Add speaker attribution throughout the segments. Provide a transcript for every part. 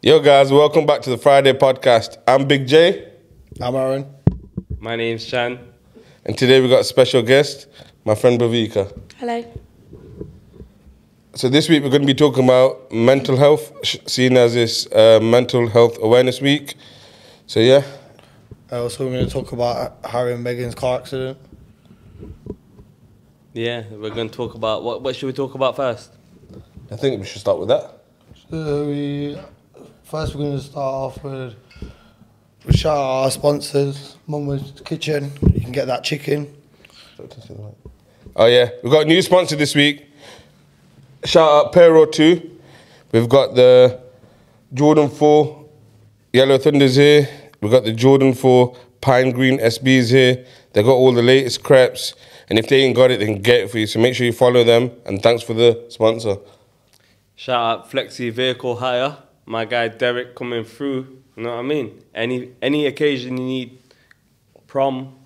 Speaker 1: Yo, guys, welcome back to the Friday podcast. I'm Big J,
Speaker 2: I'm Aaron.
Speaker 3: My name's Shan.
Speaker 1: and today we got a special guest, my friend Bavika.
Speaker 4: Hello.
Speaker 1: So this week we're going to be talking about mental health, sh- seeing as it's uh, Mental Health Awareness Week. So yeah,
Speaker 2: Uh, also, we're going to talk about Harry and Meghan's car accident.
Speaker 3: Yeah, we're going to talk about what. What should we talk about first?
Speaker 1: I think we should start with that.
Speaker 2: So we first we're going to start off with we shout out our sponsors, Mum's Kitchen. You can get that chicken.
Speaker 1: Oh yeah, we've got a new sponsor this week. Shout out Pero Two. We've got the Jordan Four Yellow Thunders here. We've got the Jordan Four Pine Green SBs here. They got all the latest crepes, and if they ain't got it, they can get it for you. So make sure you follow them. And thanks for the sponsor.
Speaker 3: Shout out Flexi Vehicle Hire. My guy Derek coming through. You know what I mean? Any any occasion you need, prom,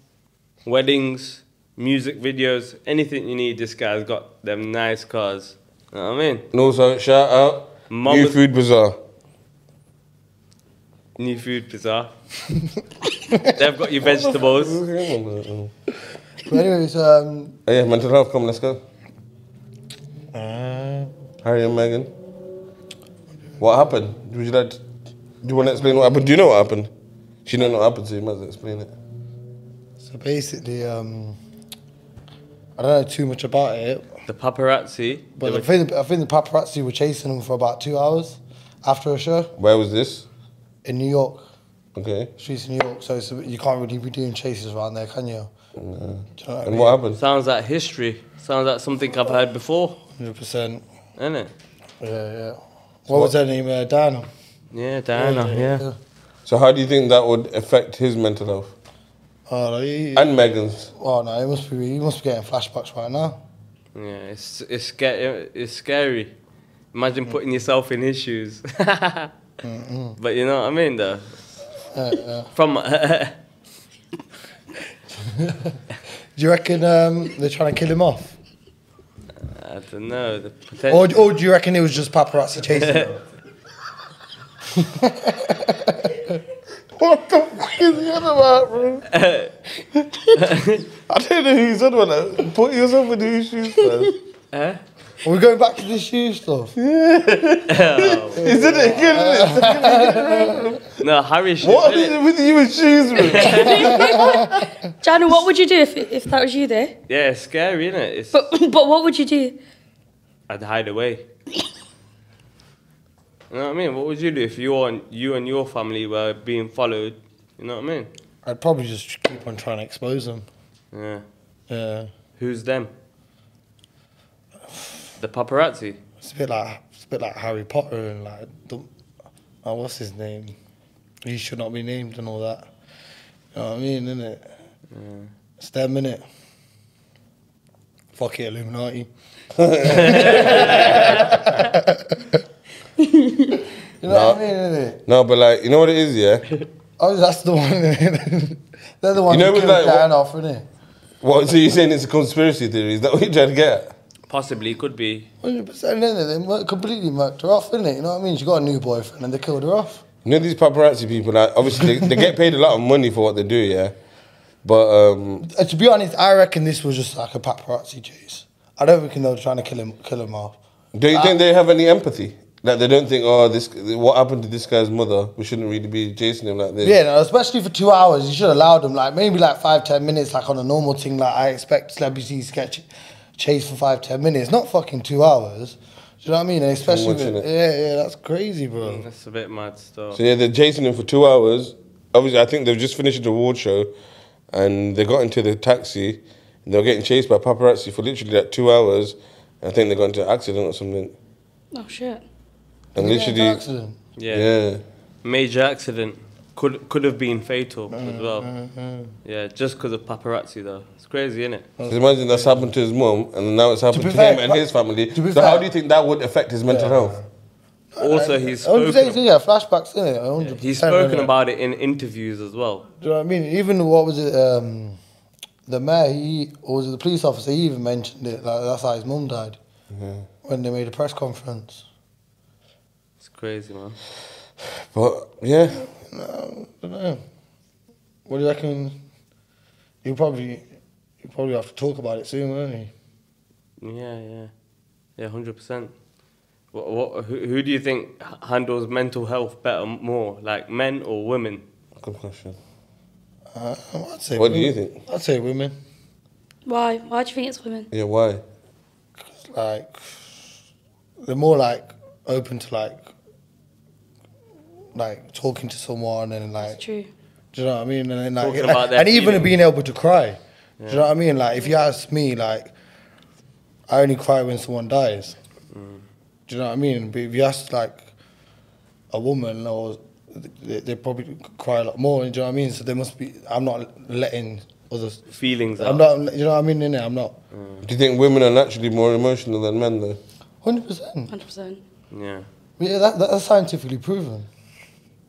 Speaker 3: weddings, music videos, anything you need, this guy's got them nice cars. You know what I mean?
Speaker 1: And also shout out New
Speaker 3: Mama's-
Speaker 1: Food Bazaar.
Speaker 3: New food bazaar. They've got your vegetables.
Speaker 1: Oh
Speaker 2: But anyways, um,
Speaker 1: yeah, mental health. Come, let's go. Harry and Meghan. What happened? Would you like? To, do you want to explain what happened? Do you know what happened? She don't know what happened, so you might as well explain it.
Speaker 2: so basically, um, I don't know too much about it,
Speaker 3: The paparazzi.
Speaker 2: but I think I think the paparazzi were chasing him for about two hours after a show
Speaker 1: Where was this?
Speaker 2: in New York.
Speaker 1: Okay.
Speaker 2: Streets in New York, so it's, you can't really be doing chases around there, can you? Do you know Mm-hmm. what I
Speaker 1: And
Speaker 2: mean?
Speaker 1: what happened?
Speaker 3: Sounds like history. Sounds like something I've heard before,
Speaker 2: 100%.
Speaker 3: isn't it?
Speaker 2: Yeah, yeah. What, was her name? Uh, Diana.
Speaker 3: Yeah, Diana. yeah.
Speaker 1: So how do you think that would affect his mental health
Speaker 2: Oh, no, he,
Speaker 1: and Megan's?
Speaker 2: oh no, he must be he must be getting flashbacks right now.
Speaker 3: Yeah, it's it's scary. It's scary. Imagine
Speaker 2: Mm.
Speaker 3: putting yourself in his shoes. but you know what I mean, though.
Speaker 2: Yeah, yeah.
Speaker 3: From
Speaker 2: Do you reckon um, they're trying to kill him off,
Speaker 3: I don't know the
Speaker 2: or,
Speaker 3: potential.
Speaker 2: or do Oh, you reckon it was just paparazzi chasing him?
Speaker 1: What the fuck is he on about, bro? I don't know who's on about that. Put yourself in these shoes first.
Speaker 2: Are we going back to the shoe stuff?
Speaker 1: Isn't it good? Isn't it?
Speaker 3: no, Harry. Should,
Speaker 1: What
Speaker 3: do
Speaker 1: is
Speaker 3: it.
Speaker 1: it with you and shoes, bro?
Speaker 4: Jana, what would you do if, if that was you there?
Speaker 3: Yeah, it's scary, isn't it? It's,
Speaker 4: But but what would you do?
Speaker 3: I'd hide away. you know what I mean? What would you do if you and you and your family were being followed? You know what I mean?
Speaker 2: I'd probably just keep on trying to expose him.
Speaker 3: Yeah.
Speaker 2: Yeah,
Speaker 3: Who's them? The paparazzi.
Speaker 2: it's a bit like it's a bit like Harry Potter and like the, oh, what's his name? He should not be named and all that. You know what I mean, innit? it? It's them, innit? Fuck it, Illuminati. you know what I mean, innit?
Speaker 1: no, but like, you know what it is, yeah?
Speaker 2: Oh, that's the one. innit? They're the one
Speaker 1: You know
Speaker 2: who
Speaker 1: with
Speaker 2: killed
Speaker 1: like-
Speaker 2: Diana off, innit?
Speaker 1: What, so you're saying it's a conspiracy theory? Is that what you're trying to get at?
Speaker 3: Possibly could be.
Speaker 2: 100%, innit? They mur- completely murked her off, innit? You know what I mean? She got a new boyfriend and they killed her off.
Speaker 1: You know these paparazzi people, like, obviously they, they get paid a lot of money for what they do, yeah? But um,
Speaker 2: Uh, to be honest, I reckon this was just like a paparazzi chase. I don't reckon they were trying to kill him, kill him off.
Speaker 1: do you think they have any empathy? Like they don't think, oh, this what happened to this guy's mother? We shouldn't really be chasing him like this.
Speaker 2: Yeah, no, especially for two hours, you should have allowed him like maybe like five, ten minutes, like on a normal thing. Like I expect celebrities to get ch- chased for five, ten minutes, not fucking two hours. Do you know what I mean? And Especially,
Speaker 1: much, innit?
Speaker 2: with, yeah, yeah, that's crazy, bro.
Speaker 3: That's a bit mad stuff.
Speaker 1: So yeah, they're chasing him for two hours. Obviously, I think they've just finished the award show, and they got into the taxi. and They were getting chased by paparazzi for literally like two hours. I think they got into an accident or something.
Speaker 4: Oh shit.
Speaker 1: And
Speaker 2: Yeah,
Speaker 1: literally,
Speaker 2: it's an accident.
Speaker 3: Yeah.
Speaker 1: yeah.
Speaker 3: major accident could could have been fatal
Speaker 2: Mm-hmm,
Speaker 3: as well. Yeah, just because of paparazzi though. It's crazy, isn't it?
Speaker 1: So imagine that's happened to his mum, and now it's happened
Speaker 2: be
Speaker 1: to,
Speaker 2: fair,
Speaker 1: him and his family.
Speaker 2: to be
Speaker 1: So how
Speaker 2: fair-
Speaker 1: do you think that would affect his mental health?
Speaker 2: Uh,
Speaker 3: Also, he's
Speaker 2: I would say,
Speaker 3: spoken,
Speaker 2: Oh, yeah, flashbacks, innit? 100%,
Speaker 3: he's spoken
Speaker 2: innit?
Speaker 3: about it in interviews as well.
Speaker 2: Do you know what I mean? Even what was it? Um, the mayor, he or was it the police officer? He even mentioned it. Like that's how his mum died when they made a press conference.
Speaker 3: It's crazy, man.
Speaker 1: But yeah,
Speaker 2: don't know. What do you reckon? You probably you probably have to talk about it soon, won't you?
Speaker 3: Yeah, yeah, yeah, hundred percent. What, what, who, who do you think h- handles mental health better, more like men or women?
Speaker 1: good question.
Speaker 2: Uh, I'd say.
Speaker 1: What do you
Speaker 2: women.
Speaker 1: think?
Speaker 2: I'd say women.
Speaker 4: Why? Why do you think it's women?
Speaker 1: Yeah, why?
Speaker 2: Like they're more like open to like like talking to someone and like
Speaker 4: It's true.
Speaker 2: Do you know what I mean? And then, like,
Speaker 3: Talking about their
Speaker 2: and even
Speaker 3: feelings.
Speaker 2: being able to cry. Do you know what I mean? Like, if you ask me, like, I only cry when someone dies.
Speaker 3: Mm.
Speaker 2: Do you know what I mean? But if you ask like a woman, or they, they probably cry a lot more. Do you know what I mean? So they must be. I'm not letting others.
Speaker 3: Feelings.
Speaker 2: I'm
Speaker 3: out.
Speaker 2: not. You know what I mean? Innit? I'm not.
Speaker 3: Mm.
Speaker 1: Do you think women are naturally more emotional than men, though?
Speaker 2: Hundred percent.
Speaker 4: Hundred percent.
Speaker 3: Yeah.
Speaker 2: Yeah, that, that's scientifically proven.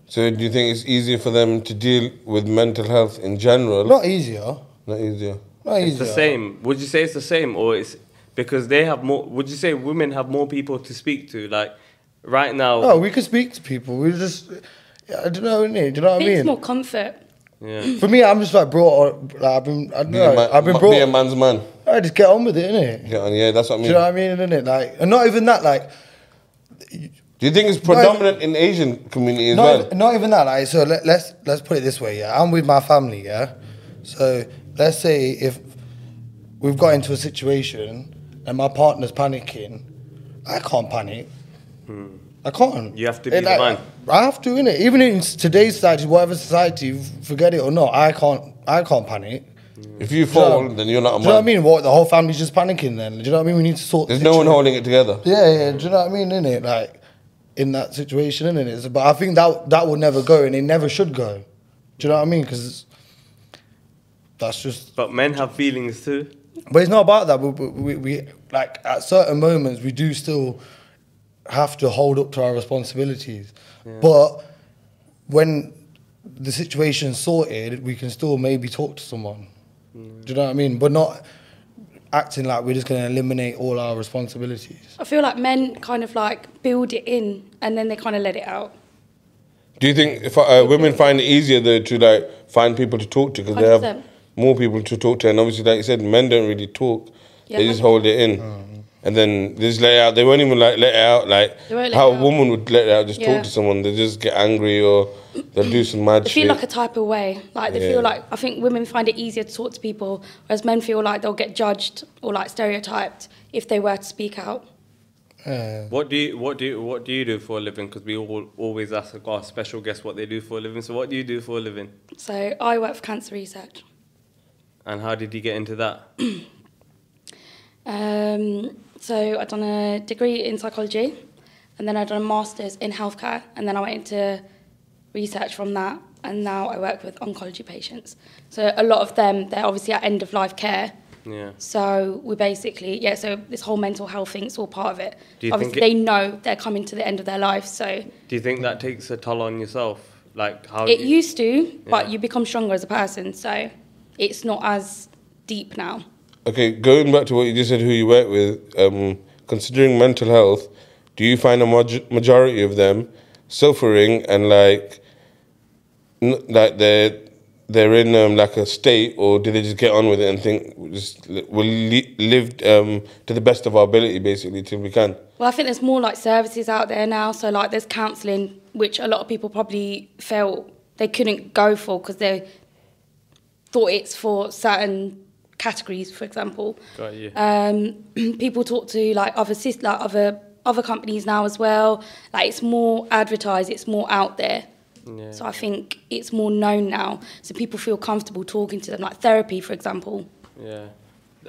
Speaker 1: So do you think it's easier for them to deal with mental health in general?
Speaker 2: Not easier.
Speaker 1: Not easier.
Speaker 2: Not
Speaker 3: It's
Speaker 2: easier.
Speaker 3: the same. Would you say it's the same, or it's because they have more? Would you say women have more people to speak to? Like right now.
Speaker 2: No, we can speak to people. We just. I don't know. Innit? Do you know what I mean?
Speaker 4: it's more comfort.
Speaker 3: Yeah.
Speaker 2: For me, I'm just like brought. on- Like, I've been. I don't
Speaker 1: Be a
Speaker 2: know.
Speaker 1: man-
Speaker 2: I've been
Speaker 1: ma-
Speaker 2: brought.
Speaker 1: Be a man's man.
Speaker 2: I just get on with it, innit?
Speaker 1: Get on, yeah, that's what I
Speaker 2: Do
Speaker 1: mean.
Speaker 2: you know what I mean? Innit? Like, and not even that. Like,
Speaker 1: Do you think it's predominant in Asian community as
Speaker 2: not,
Speaker 1: well?
Speaker 2: even, not even that. Like, so let, let's let's put it this way. Yeah, I'm with my family. Yeah, so let's say if we've got into a situation and my partner's panicking, I can't panic. I can't.
Speaker 3: Hmm. You have to
Speaker 2: It,
Speaker 3: be the man.
Speaker 2: I have to, innit? Even in today's society, whatever society, forget it or not, I can't. I can't panic.
Speaker 1: If you
Speaker 2: Do you know-
Speaker 1: fall, then you're not a
Speaker 2: Do you know what
Speaker 1: man.
Speaker 2: I mean? What the whole family's just panicking then. Do you know what I mean? We need to sort. the
Speaker 1: There's no one
Speaker 2: situation-
Speaker 1: holding it together.
Speaker 2: Yeah, yeah. Do you know what I mean? In it, like in that situation, in it. But I think that that will never go, and it never should go. Do you know what I mean? Because that's just.
Speaker 3: But men have feelings too.
Speaker 2: But it's not about that. We, we, we like at certain moments we do still have to hold up to our responsibilities. But when the situation's sorted, we can still maybe talk to someone. Do you know what I mean? But not acting like we're just going to eliminate all our responsibilities.
Speaker 4: I feel like men kind of like build it in and then they kind of let it out.
Speaker 1: Do you think if, uh, women find it easier though to like find people to talk to because they have
Speaker 4: 100%.
Speaker 1: more people to talk to, and obviously, like you said, men don't really talk;
Speaker 4: Yeah,
Speaker 1: they just
Speaker 4: 100%.
Speaker 1: hold it in, and then they just let it out. They won't even like let it out, like
Speaker 4: They won't let
Speaker 1: how
Speaker 4: it
Speaker 1: a
Speaker 4: out.
Speaker 1: woman would let it out. Just
Speaker 4: Yeah.
Speaker 1: talk to someone; they just get angry or they'll do some mad
Speaker 4: They
Speaker 1: shit.
Speaker 4: feel like a type of way. Like they
Speaker 1: Yeah.
Speaker 4: feel like I think women find it easier to talk to people, whereas men feel like they'll get judged or like stereotyped if they were to speak out.
Speaker 2: Yeah.
Speaker 3: What do you what do you, what do you do for a living? Because we all always ask our special guests what they do for a living. So what do you do for a living?
Speaker 4: So I work for cancer research.
Speaker 3: And how did you get into that?
Speaker 4: Um, so I'd done a degree in psychology, and then I'd done a master's in healthcare, and then I went into research from that, and now I work with oncology patients. So a lot of them, they're obviously at end of life care.
Speaker 3: Yeah.
Speaker 4: So we basically, yeah. So this whole mental health thing, it's all part of it.
Speaker 3: Do you
Speaker 4: obviously,
Speaker 3: think
Speaker 4: they know they're coming to the end of their life, so
Speaker 3: Do you think that takes a toll on yourself? Like how
Speaker 4: it
Speaker 3: you,
Speaker 4: used to, but
Speaker 3: Yeah.
Speaker 4: you become stronger as a person, so it's not as deep now.
Speaker 1: Okay, going back to what you just said, who you work with, um, considering mental health, do you find a maj- majority of them suffering and like, n- like they're they're in um, like a state, or do they just get on with it and think we'll just li- we'll li- live um, to the best of our ability basically till we can?
Speaker 4: Well, I think there's more like services out there now. So like there's counselling, which a lot of people probably felt they couldn't go for because they thought it's for certain categories, for example.
Speaker 3: Got you.
Speaker 4: Um, people talk to like other sis- like other other companies now as well. Like it's more advertised, it's more out there.
Speaker 3: Yeah.
Speaker 4: So I think it's more known now. So people feel comfortable talking to them, like therapy, for example.
Speaker 3: yeah.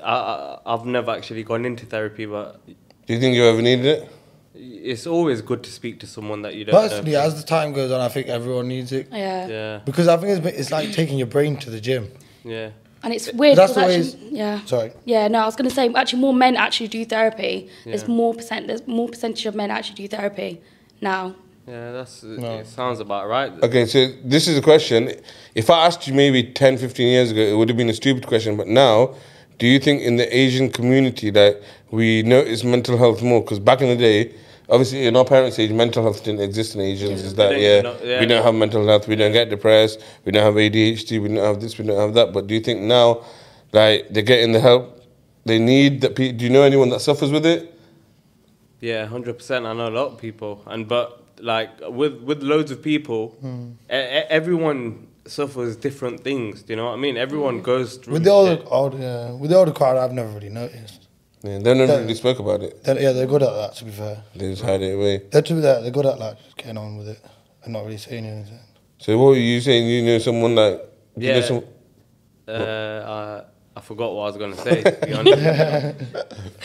Speaker 3: I, I I've never actually gone into therapy, but
Speaker 1: Do you think you ever needed it?
Speaker 3: it's always good to speak to someone that you don't
Speaker 2: Personally,
Speaker 3: know.
Speaker 2: as the time goes on, I think everyone needs it
Speaker 3: Yeah.
Speaker 2: because I think it's, been- it's like taking your brain to the gym.
Speaker 3: Yeah.
Speaker 4: And it's weird.
Speaker 2: that's
Speaker 4: 'cause
Speaker 2: the way
Speaker 4: actually- yeah.
Speaker 2: Sorry.
Speaker 4: Yeah, no, I was going to say actually more men actually do therapy.
Speaker 3: Yeah.
Speaker 4: There's more percent. There's more percentage of men actually do therapy now.
Speaker 3: Yeah, that's it sounds about right.
Speaker 1: Okay, so this is a question. If I asked you maybe 10, 15 years ago, it would have been a stupid question. But now, do you think in the Asian community that we notice mental health more? Because back in the day, Obviously, in our parents' age, mental health didn't exist in Asians. Is that
Speaker 3: don't-
Speaker 1: yeah,
Speaker 3: no- yeah.
Speaker 1: We don't have mental health. We don't get depressed. We don't have ADHD. We don't have this. We don't have that. But do you think now, like they're getting the help they need? That pe- do you know anyone that suffers with it?
Speaker 3: Yeah, hundred percent. I know a lot of people, and but like with with loads of people,
Speaker 2: Hmm.
Speaker 3: e- e- everyone suffers different things. Do you know what I mean? Everyone goes through.
Speaker 2: Hmm. With the older,
Speaker 3: shit.
Speaker 2: older yeah, with the older crowd, I've never really noticed.
Speaker 1: Yeah, they never
Speaker 2: Don't-
Speaker 1: really spoke about it.
Speaker 2: They're, yeah, they're good at that. To be fair,
Speaker 1: They just hide it away.
Speaker 2: they're to be that they're good at like just getting on with it and not really saying anything.
Speaker 1: So what were you saying? You know someone like do you know
Speaker 3: Yeah.
Speaker 1: some-
Speaker 3: Uh, I, I forgot what I was going to say. To be honest,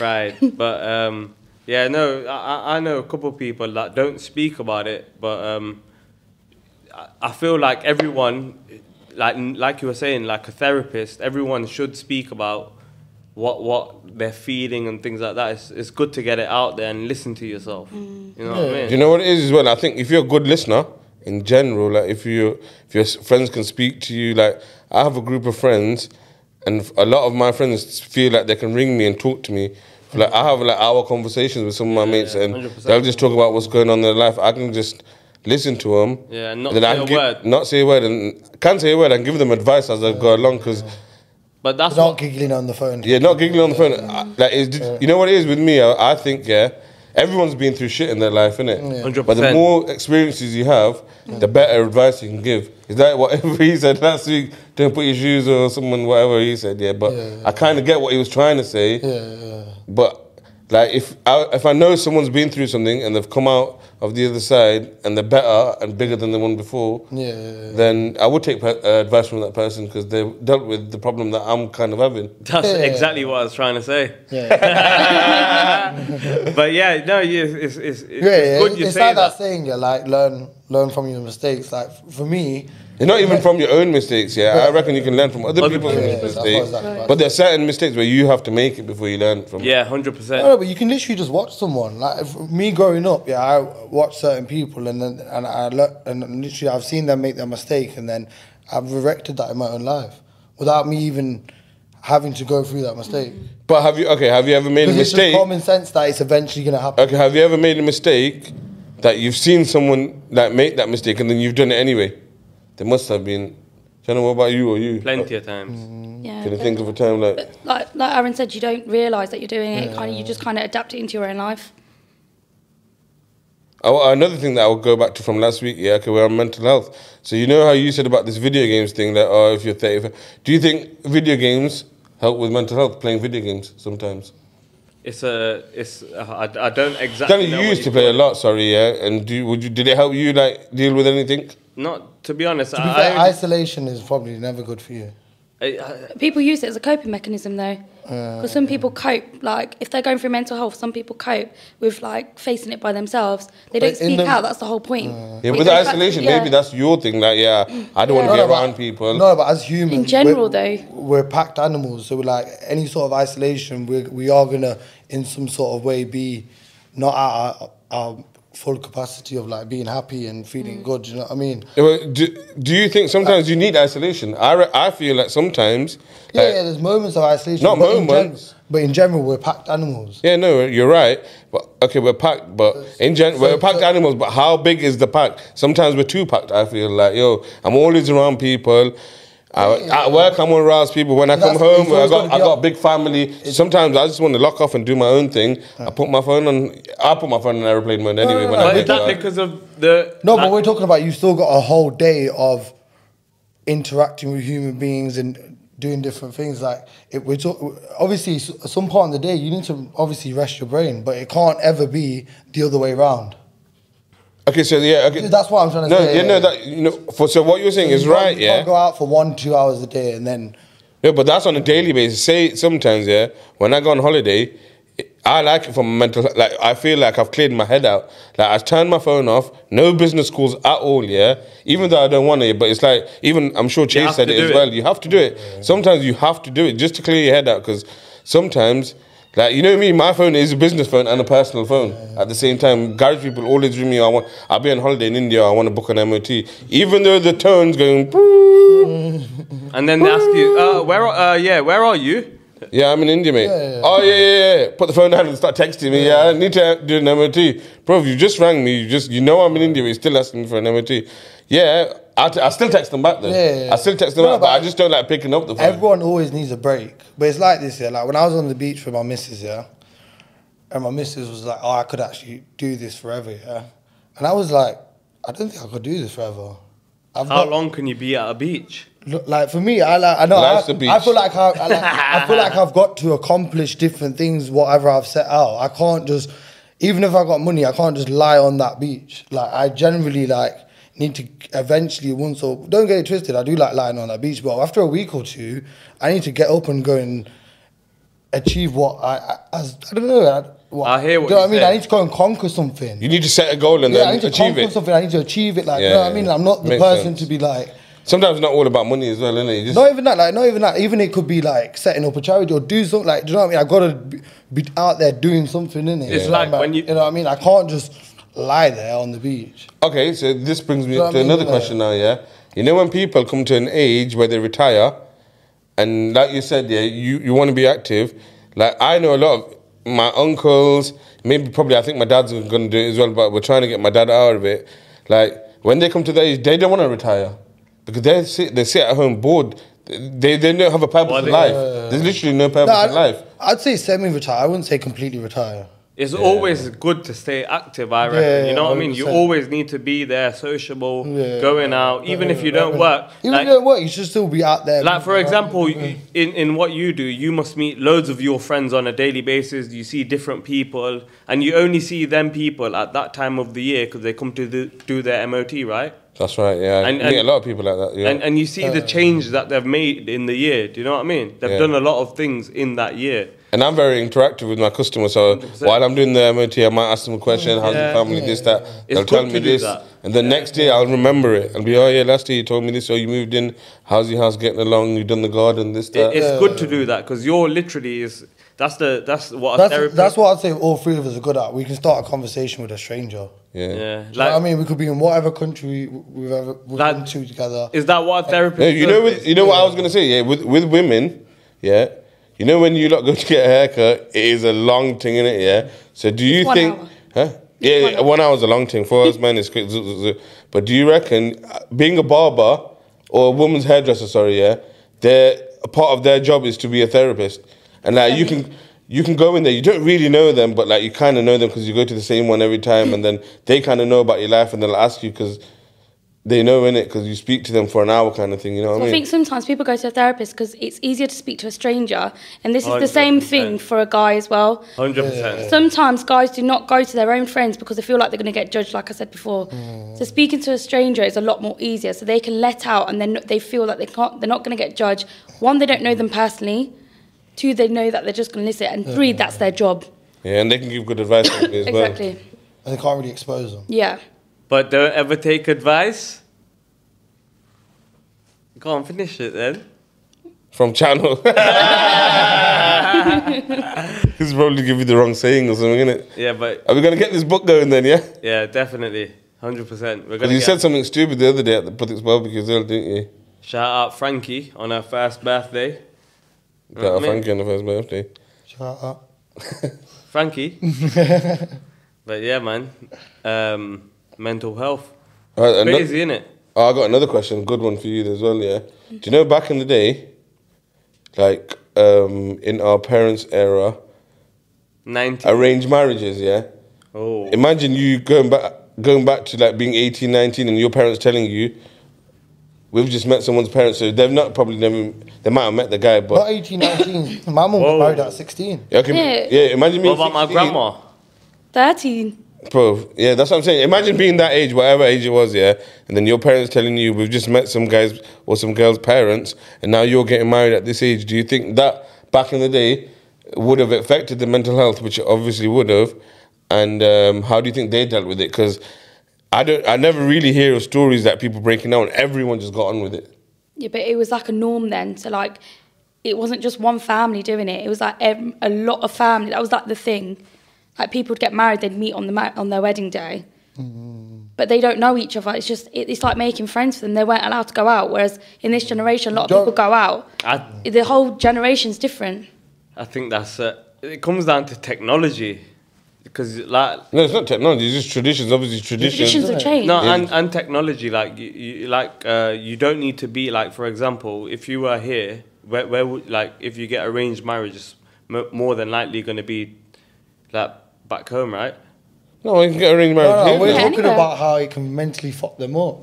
Speaker 3: right? But um, yeah, no, I, I- I know a couple of people that don't speak about it, but um, I, I feel like everyone, like like you were saying, like a therapist, everyone should speak about what what they're feeling and things like that. It's, it's good to get it out there and listen to yourself. You know what I mean?
Speaker 1: Do you know what it is as well? I think if you're a good listener in general, like if you if your s- friends can speak to you, like I have a group of friends, and f- a lot of my friends feel like they can ring me and talk to me. Like I have like hour conversations with some of my mates, and
Speaker 3: 100%.
Speaker 1: they'll just talk about what's going on in their life. I can just listen to them,
Speaker 3: Yeah, and not
Speaker 1: then I
Speaker 3: say
Speaker 1: can
Speaker 3: a
Speaker 1: gi-
Speaker 3: word.
Speaker 1: not say a word, and can't say a word, and give them advice as I go along because.
Speaker 3: But that's
Speaker 2: Not
Speaker 3: what,
Speaker 2: giggling on the phone.
Speaker 1: Yeah, not giggling on the phone. I, like, it's, just- you know what it is with me? I, I think yeah, everyone's been through shit in their life, innit?
Speaker 3: Yeah.
Speaker 1: But the
Speaker 3: 100%.
Speaker 1: more experiences you have, the better advice you can give. Is that whatever he said last week? Don't put your shoes or someone whatever he said. Yeah, but I kind of get what he was trying to say.
Speaker 2: Yeah, yeah,
Speaker 1: But like, if I, if I know someone's been through something and they've come out of the other side and they're better and bigger than the one before,
Speaker 2: yeah, yeah.
Speaker 1: then I would take per- uh, advice from that person because they dealt with the problem that I'm kind of having.
Speaker 3: that's
Speaker 2: Yeah.
Speaker 3: exactly what I was trying to say.
Speaker 2: yeah.
Speaker 3: but yeah, no, yeah, it's, it's, it's,
Speaker 2: yeah, yeah.
Speaker 3: good you
Speaker 2: it's
Speaker 3: say
Speaker 2: like
Speaker 3: that.
Speaker 2: that saying, yeah, like learn, learn from your mistakes. Like f- for me,
Speaker 1: You're not even from your own mistakes, yeah. I reckon you can learn from other
Speaker 3: Other
Speaker 1: people's
Speaker 3: people's
Speaker 2: mistakes.
Speaker 1: mistakes.
Speaker 2: That's what I was about to
Speaker 1: But there are certain mistakes where you have to make it before you learn from.
Speaker 3: Yeah, hundred
Speaker 2: No, no,
Speaker 3: percent.
Speaker 2: but you can literally just watch someone. Like if, me growing up, yeah, I watched certain people, and then and I le- and literally I've seen them make their mistake, and then I've corrected that in my own life without me even having to go through that mistake.
Speaker 1: But have you okay? Have you ever made a
Speaker 2: Because it's just
Speaker 1: mistake?
Speaker 2: common sense that it's eventually gonna happen.
Speaker 1: Okay, have you ever made a mistake that you've seen someone like make that mistake and then you've done it anyway? There must have been. Jenna, what about you or you?
Speaker 3: Plenty of times.
Speaker 2: Mm.
Speaker 4: Yeah.
Speaker 1: Can you think of a time like?
Speaker 4: But like, like Aaron said, you don't realise that you're doing it. Kind of, you just kind of adapt it into your own life.
Speaker 1: Oh, another thing that I'll go back to from last week, yeah, okay, we're on mental health. So you know how you said about this video games thing that oh, if you're 30, do you think video games help with mental health? Playing video games sometimes.
Speaker 3: It's a, it's. A, I, I don't exactly.
Speaker 1: Danny,
Speaker 3: know
Speaker 1: you
Speaker 3: what
Speaker 1: used
Speaker 3: you
Speaker 1: to play a
Speaker 3: call it.
Speaker 1: lot, sorry, yeah, and do would you did it help you like deal with anything?
Speaker 3: Not to be honest.
Speaker 2: To be
Speaker 3: I,
Speaker 2: fair,
Speaker 3: I,
Speaker 2: isolation is probably never good for you.
Speaker 3: I- I-
Speaker 4: People use it as a coping mechanism, though, because some people cope. Like if they're going through mental health, some people cope with like facing it by themselves. They
Speaker 2: But
Speaker 4: don't
Speaker 2: in
Speaker 4: speak
Speaker 2: the-
Speaker 4: out. That's the whole point.
Speaker 1: Yeah,
Speaker 4: But
Speaker 1: with
Speaker 4: it goes back to-
Speaker 1: isolation,
Speaker 4: yeah.
Speaker 1: maybe that's your thing. Like, yeah, I don't want to be
Speaker 2: No, no, but-
Speaker 1: around people.
Speaker 2: No, but as humans,
Speaker 4: In general,
Speaker 2: we're-
Speaker 4: though.
Speaker 2: we're packed animals. So, we're like any sort of isolation, we we are gonna, in some sort of way, be not at our, our full capacity of like being happy and feeling
Speaker 4: Mm.
Speaker 2: good. You know what I mean?
Speaker 1: Yeah, but Do, do you think sometimes you need isolation? I, re- I feel like sometimes.
Speaker 2: Yeah,
Speaker 1: like-
Speaker 2: yeah. There's moments of isolation.
Speaker 1: Not
Speaker 2: but in gen-
Speaker 1: moments.
Speaker 2: but in general, we're packed animals.
Speaker 1: Yeah, no, you're right. But okay, we're packed, but in general, we're
Speaker 2: so-
Speaker 1: packed
Speaker 2: so-
Speaker 1: animals. But how big is the pack? Sometimes we're too packed. I feel like yo, I'm always around people. I, at work, I'm around people. When I come
Speaker 2: that's-
Speaker 1: home,
Speaker 2: it's
Speaker 1: I
Speaker 2: always
Speaker 1: got
Speaker 2: gotta
Speaker 1: I
Speaker 2: be
Speaker 1: got
Speaker 2: up-
Speaker 1: a big family. Sometimes I just want to lock off and do my own thing. I put my phone on. I put my phone on airplane mode anyway.
Speaker 2: no,
Speaker 1: when
Speaker 2: no,
Speaker 1: I
Speaker 3: but is
Speaker 1: get to
Speaker 3: that
Speaker 1: work.
Speaker 3: because of the?
Speaker 2: No,
Speaker 3: like,
Speaker 2: but we're talking about you still got a whole day of interacting with human beings and doing different things. Like it, we're talk, obviously s- some part of the day you need to obviously rest your brain, but it can't ever be the other way around.
Speaker 1: Okay, so yeah, okay.
Speaker 2: That's what I'm trying to
Speaker 1: no,
Speaker 2: say,
Speaker 1: Yeah, no,
Speaker 2: yeah.
Speaker 1: that you know. For, so what you're saying is
Speaker 2: You can't-
Speaker 1: right.
Speaker 2: you
Speaker 1: Yeah.
Speaker 2: can't go out for one two hours a day and then
Speaker 1: Yeah, but that's on a daily basis. Say sometimes, yeah, when I go on holiday, I like it for my mental. Like I feel like I've cleared my head out. Like I turned my phone off. No business calls at all. Yeah, even though I don't want it, but it's like even I'm sure Chase
Speaker 3: have
Speaker 1: said
Speaker 3: to
Speaker 1: it
Speaker 3: do
Speaker 1: as
Speaker 3: it.
Speaker 1: well. You have to do it. Sometimes you have to do it just to clear your head out because sometimes. Like you know me, my phone is a business phone and a personal phone at the same time. Garage people always ring me. I want. I'll be on holiday in India. I want to book an MOT, even though the tone's going.
Speaker 3: "Oh, And then they ask you, uh, where? Are, uh, yeah, where are you?
Speaker 1: Yeah, I'm in India, mate.
Speaker 2: Yeah, yeah, yeah.
Speaker 1: Oh yeah, yeah, yeah. Put the phone down and start texting me. Yeah, I need to do an MOT, bro. You just rang me. You just you know I'm in India. but You're still asking me for an MOT. Yeah, I, t- I still text them back though.
Speaker 2: Yeah, yeah, yeah.
Speaker 1: I still text them
Speaker 2: No,
Speaker 1: back, but I
Speaker 2: but
Speaker 1: just don't like picking up the phone.
Speaker 2: Everyone always needs a break. But it's like this, yeah. Like when I was on the beach with my missus, yeah, and my missus was like, Oh, I could actually do this forever, yeah. And I was like, I don't think I could do this forever. I've
Speaker 3: How
Speaker 2: got-
Speaker 3: long can you be at a beach?
Speaker 2: Look, Like for me, I like I know I,
Speaker 1: Life's a beach.
Speaker 2: I feel like I, I, like, I feel like I've got to accomplish different things, whatever I've set out. I can't just, even if I got money, I can't just lie on that beach. Like I generally like need to eventually once or don't get it twisted. I do like lying on that beach, but after a week or two, I need to get up and go and achieve what I I, I, I don't know. I, what,
Speaker 3: I hear what
Speaker 2: do you know what
Speaker 3: you're
Speaker 2: I mean. I
Speaker 3: saying.
Speaker 2: need to go and conquer something.
Speaker 1: You need to set a goal and
Speaker 2: yeah, I
Speaker 1: then
Speaker 2: need to
Speaker 1: achieve
Speaker 2: conquer
Speaker 1: it.
Speaker 2: something. I need to achieve it. Like
Speaker 1: Yeah,
Speaker 2: you know what
Speaker 1: yeah,
Speaker 2: I mean.
Speaker 1: yeah.
Speaker 2: I'm not the
Speaker 1: Makes
Speaker 2: person
Speaker 1: sense.
Speaker 2: to be like.
Speaker 1: Sometimes it's not all about money as well, isn't it? You just,
Speaker 2: Not even that, like not even that. Even it could be like setting up a charity or do something. Like, do you know what I mean? I gotta be- be out there doing something in it.
Speaker 3: It's like when you-
Speaker 2: you know what I mean. I can't just lie there on the beach.
Speaker 1: Okay, so this brings me
Speaker 2: You know
Speaker 1: up to
Speaker 2: what I mean?
Speaker 1: another
Speaker 2: Yeah.
Speaker 1: question now, yeah? You know when people come to an age where they retire and like you said, yeah, you, you want to be active. Like I know a lot of my uncles, maybe probably I think my dad's gonna do it as well, but we're trying to get my dad out of it. Like when they come to that age, they don't want to retire. Because they sit they sit at home bored. They they don't have a purpose
Speaker 3: Well,
Speaker 1: in
Speaker 3: they-
Speaker 1: life. There's literally no purpose
Speaker 2: I,
Speaker 1: in life.
Speaker 2: I'd say semi-retire. I wouldn't say completely retire.
Speaker 3: It's always good to stay active, I reckon.
Speaker 2: yeah,
Speaker 3: you know what I mean? You
Speaker 2: 100%.
Speaker 3: always need to be there, sociable,
Speaker 2: Yeah.
Speaker 3: going out, even if you don't work.
Speaker 2: Even
Speaker 3: like,
Speaker 2: if you don't work, you should still be out there.
Speaker 3: like, for
Speaker 2: you know?
Speaker 3: example, you- in, in what you do, you must meet loads of your friends on a daily basis. You see different people, and you only see them people at that time of the year because they come to the, do their MOT, right?
Speaker 1: That's right, yeah.
Speaker 3: And-
Speaker 1: I meet
Speaker 3: and-
Speaker 1: a lot of people like that, yeah.
Speaker 3: And, and you see
Speaker 2: Uh,
Speaker 3: the change that they've made in the year. Do you know what I mean? They've
Speaker 1: Yeah.
Speaker 3: done a lot of things in that year.
Speaker 1: And I'm very interactive with my customers, so
Speaker 3: 100%.
Speaker 1: while I'm doing the MOT, I might ask them a question, how's
Speaker 3: Yeah,
Speaker 1: your family, this, that.
Speaker 3: It's
Speaker 1: They'll
Speaker 3: good
Speaker 1: tell
Speaker 3: to
Speaker 1: me
Speaker 3: do
Speaker 1: this.
Speaker 3: that.
Speaker 1: And the next day, I'll remember it. and be, oh, yeah, last year you told me this, or you moved in, how's your house getting along, you've done the garden, this,
Speaker 3: It-
Speaker 1: that.
Speaker 3: it's good to do that because you're literally is that's the that's what a
Speaker 2: that's
Speaker 3: therapist.
Speaker 2: that's what I'd say. All three of us are good at. We can start a conversation with a stranger.
Speaker 1: yeah.
Speaker 3: Yeah,
Speaker 2: Do
Speaker 3: like,
Speaker 2: you know what I mean, we could be in whatever country we've ever we've
Speaker 3: Like-
Speaker 2: been to together.
Speaker 3: Is that what a therapist?
Speaker 1: No, you know,
Speaker 3: does?
Speaker 1: with, you know what I was gonna say. Yeah, with with women, yeah, you know when you lot go to get a haircut, it is a long thing in it. Yeah. So do you
Speaker 4: It's one
Speaker 1: think?
Speaker 4: hour.
Speaker 1: Huh? Yeah,
Speaker 4: one
Speaker 1: yeah, one hour is a long thing. Four hours, man, is quick. zzz, zzz, zzz. But do you reckon uh, being a barber or a woman's hairdresser? Sorry, yeah, they're a part of their job is to be a therapist, and like you can. You can go in there. You don't really know them, but like you kind of know them because you go to the same one every time, and then they kind of know about your life, and they'll ask you because they know in it because you speak to them for an hour, kind of thing. You know what I
Speaker 4: I
Speaker 1: mean?
Speaker 4: think sometimes people go to a therapist because it's easier to speak to a stranger, and this is the same
Speaker 3: 100%.
Speaker 4: thing for a guy as well.
Speaker 3: hundred percent.
Speaker 4: Sometimes guys do not go to their own friends because they feel like they're going to get judged, like I said before.
Speaker 1: Mm.
Speaker 4: So speaking to a stranger is a lot more easier. So they can let out, and then they feel like they can't. They're not going to get judged. One, they don't know them personally. Two, they know that they're just going to listen. And three, that's their job.
Speaker 1: Yeah, and they can give good advice on it as well.
Speaker 4: Exactly.
Speaker 2: and they can't really expose them.
Speaker 4: Yeah.
Speaker 3: But don't ever take advice. Go on, finish it then.
Speaker 1: From channel. He's probably give you the wrong saying or something, innit?
Speaker 3: Yeah, but
Speaker 1: Are we gonna get this book going then, yeah?
Speaker 3: yeah, definitely, hundred percent. We're
Speaker 1: 'Cause
Speaker 3: gonna
Speaker 1: you
Speaker 3: get
Speaker 1: said something stupid the other day at the Puttix Barbecue as well, didn't you?
Speaker 3: shout out Frankie on her first birthday.
Speaker 1: That
Speaker 3: what I
Speaker 1: I
Speaker 3: mean?
Speaker 1: thank you on the first birthday.
Speaker 2: Shut up.
Speaker 3: Frankie. but yeah, man, um, mental health
Speaker 1: Alright, ano-
Speaker 3: crazy, innit?
Speaker 1: Oh, I got another question, good one for you as well, yeah. Do you know back in the day, like um, in our parents' era,
Speaker 3: Ninety.
Speaker 1: arranged marriages, yeah?
Speaker 3: Oh,
Speaker 1: Imagine you going back going back to like being 18, 19 and your parents telling you we've just met someone's parents, so they've not probably never they might have met the guy,
Speaker 2: Not
Speaker 1: but
Speaker 2: 18, 19. My mum
Speaker 3: Whoa.
Speaker 2: was married at 16.
Speaker 1: yeah, okay,
Speaker 4: Yeah.
Speaker 1: yeah. imagine
Speaker 3: what
Speaker 1: being
Speaker 3: about my
Speaker 1: 16,
Speaker 3: grandma?
Speaker 4: 13.
Speaker 1: Bro, yeah, that's what I'm saying. Imagine being that age, whatever age it was, yeah, and then your parents telling you we've just met some guys or some girls' parents, and now you're getting married at this age. Do you think that back in the day would have affected the mental health, which it obviously would have, and um, how do you think they dealt with it? Because I don't, I never really hear of stories that people breaking down. Everyone just got on with it.
Speaker 4: Yeah, but it was like a norm then. So like, it wasn't just one family doing it. It was like ev- a lot of family. That was like the thing. Like people would get married, they'd meet on the ma- on their wedding day, but they don't know each other. It's just it, it's like making friends for them. They weren't allowed to go out. Whereas in this generation, a lot of
Speaker 2: Don't-
Speaker 4: people go out.
Speaker 3: I
Speaker 4: The whole generation's different.
Speaker 3: I think that's uh, it. Comes down to technology, because like
Speaker 1: No, it's not technology. It's just traditions. Obviously, traditions.
Speaker 4: Traditions have changed.
Speaker 3: no,
Speaker 1: Yeah.
Speaker 3: and, and technology like you, you like uh, you don't need to be like for example, if you were here, where where would like if you get arranged marriage, it's m- more than likely going to be like back home, right?
Speaker 1: No, you can get arranged marriage.
Speaker 2: No, no,
Speaker 1: here,
Speaker 2: we're
Speaker 1: man.
Speaker 4: Yeah,
Speaker 2: talking
Speaker 4: anyway.
Speaker 2: about how it can mentally fuck them up.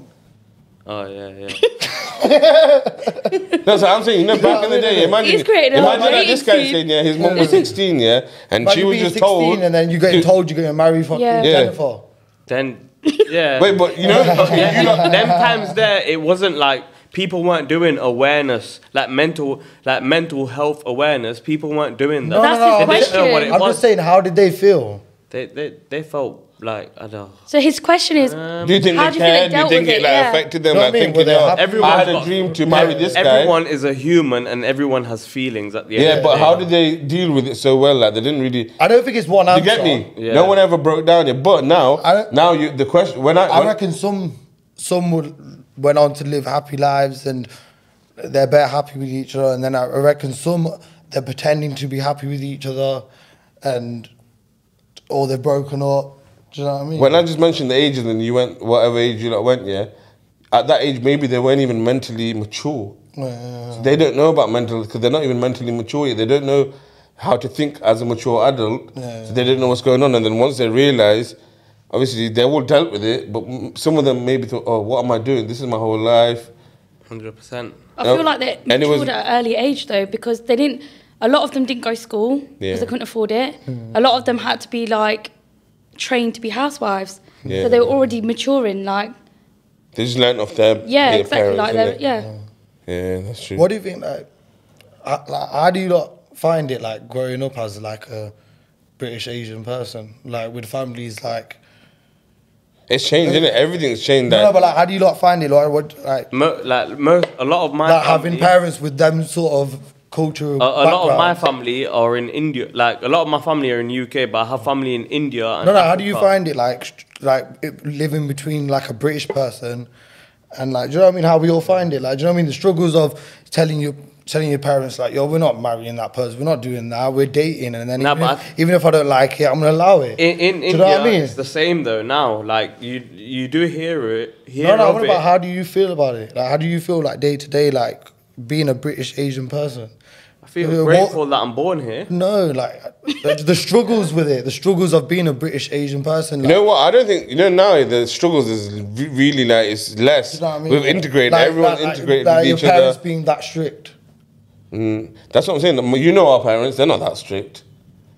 Speaker 3: Oh yeah, yeah.
Speaker 1: That's what I'm saying. You know, back in the day, imagine,
Speaker 4: He's created a
Speaker 1: imagine
Speaker 4: lot
Speaker 1: like
Speaker 4: of
Speaker 1: this guy
Speaker 4: hate
Speaker 1: saying, yeah, his mom was 16, yeah, and
Speaker 2: Imagine
Speaker 1: she was
Speaker 2: being
Speaker 1: just told.
Speaker 2: and then you getting
Speaker 1: Dude,
Speaker 2: told you're gonna marry fucking
Speaker 4: Yeah.
Speaker 1: Yeah.
Speaker 2: Jennifer.
Speaker 3: then yeah.
Speaker 1: Wait, but you know, okay,
Speaker 3: yeah,
Speaker 1: you lot,
Speaker 3: them times there, it wasn't like people weren't doing awareness, like mental, like mental health awareness. People weren't doing that.
Speaker 2: No,
Speaker 4: That's
Speaker 2: no, no,
Speaker 4: his
Speaker 2: I'm
Speaker 3: just-
Speaker 4: question.
Speaker 3: No, what it
Speaker 2: I'm
Speaker 3: was-
Speaker 2: just saying, how did they feel?
Speaker 3: They, they, they felt like I don't.
Speaker 4: So his question is,
Speaker 1: do you think
Speaker 4: How
Speaker 1: they
Speaker 4: do you feel
Speaker 1: cared?
Speaker 4: they
Speaker 1: Do you
Speaker 4: dealt
Speaker 1: think
Speaker 4: with
Speaker 1: it
Speaker 4: it?
Speaker 1: like
Speaker 4: Yeah.
Speaker 1: affected them?
Speaker 2: No, I
Speaker 1: Like
Speaker 2: mean,
Speaker 1: thinking,
Speaker 2: were they
Speaker 1: oh,
Speaker 2: happy?
Speaker 1: I had a
Speaker 3: Everyone's
Speaker 1: dream
Speaker 3: got-
Speaker 1: to marry this guy.
Speaker 3: Everyone is a human, and everyone has feelings at the end.
Speaker 1: Yeah,
Speaker 3: of the
Speaker 1: but
Speaker 3: day.
Speaker 1: how did they deal with it so well? Like they didn't really.
Speaker 2: I don't think it's one
Speaker 1: You
Speaker 2: answer.
Speaker 1: get me?
Speaker 3: Yeah.
Speaker 1: No one ever broke down it. But now,
Speaker 2: I don't-
Speaker 1: now you the question when I,
Speaker 2: I
Speaker 1: when-
Speaker 2: reckon some some would, went on to live happy lives and they're better happy with each other, and then I I reckon some they're pretending to be happy with each other, and or they're broken up. Do you know what I mean?
Speaker 1: when I just mentioned the ages and you went whatever age you lot went, yeah. At that age, maybe they weren't even mentally mature.
Speaker 2: Yeah.
Speaker 1: They don't know about mental because they're not even mentally mature yet. They don't know how to think as a mature adult.
Speaker 2: Yeah.
Speaker 1: So they don't know what's going on. And then once they realize, obviously they all dealt with it, but m- some of them maybe thought, "Oh, what am I doing? This is my whole life."
Speaker 3: Hundred percent.
Speaker 4: I
Speaker 1: No,
Speaker 4: feel like they
Speaker 1: and it was-
Speaker 4: matured at an early age though because they didn't. A lot of them didn't go to school because
Speaker 1: Yeah.
Speaker 4: they couldn't afford it.
Speaker 2: Hmm.
Speaker 4: A lot of them had to be like trained to be housewives,
Speaker 1: Yeah.
Speaker 4: so they were already maturing. Like
Speaker 1: They just learnt off their
Speaker 4: yeah,
Speaker 1: their
Speaker 4: exactly.
Speaker 1: parents,
Speaker 4: like
Speaker 1: innit?
Speaker 4: they're, yeah.
Speaker 1: yeah, that's true.
Speaker 2: What do you think? Like, how- like, how do you lot find it like growing up as like a British Asian person, like with families like?
Speaker 1: It's changed, isn't it? Everything's changed.
Speaker 2: No,
Speaker 1: like-
Speaker 2: no, but like, how do you lot find it? Like, what like
Speaker 3: Mo- like most, a lot of my
Speaker 2: like having
Speaker 3: family-
Speaker 2: parents with them sort of cultural
Speaker 3: A, a lot of my
Speaker 2: background.
Speaker 3: family are in India. Like a lot of my family are in UK, but I have family in India. And
Speaker 2: no, no. How do you
Speaker 3: Africa.
Speaker 2: find it? Like, st- like it, living between like a British person and like, do you know what I mean? How we all find it? Like, do you know what I mean? The struggles of telling you. Telling your parents like, yo, we're not marrying that person, we're not doing that, we're dating, and then
Speaker 3: Nah,
Speaker 2: even,
Speaker 3: but
Speaker 2: if, even if I don't like it, I'm gonna allow it.
Speaker 3: In, in
Speaker 2: do you
Speaker 3: India,
Speaker 2: know what I mean?
Speaker 3: it's the same though. Now, like you, you do hear it. Hear
Speaker 2: No, no.
Speaker 3: of
Speaker 2: What
Speaker 3: it.
Speaker 2: about how do you feel about it? Like, how do you feel like day to day, like being a British Asian person?
Speaker 3: I feel
Speaker 2: Uh, what-
Speaker 3: grateful that I'm born here.
Speaker 2: No, like the, the struggles with it, the struggles of being a British Asian person.
Speaker 1: You
Speaker 2: like-
Speaker 1: know what? I don't think you know now. The struggles is re- really like it's less.
Speaker 2: Do you know what I mean?
Speaker 1: We've integrated.
Speaker 2: Like-
Speaker 1: Everyone's
Speaker 2: like- like-
Speaker 1: integrated
Speaker 2: like
Speaker 1: with each
Speaker 2: Your parents
Speaker 1: other.
Speaker 2: being that strict.
Speaker 1: Mm. That's what I'm saying. You know our parents. They're not that strict.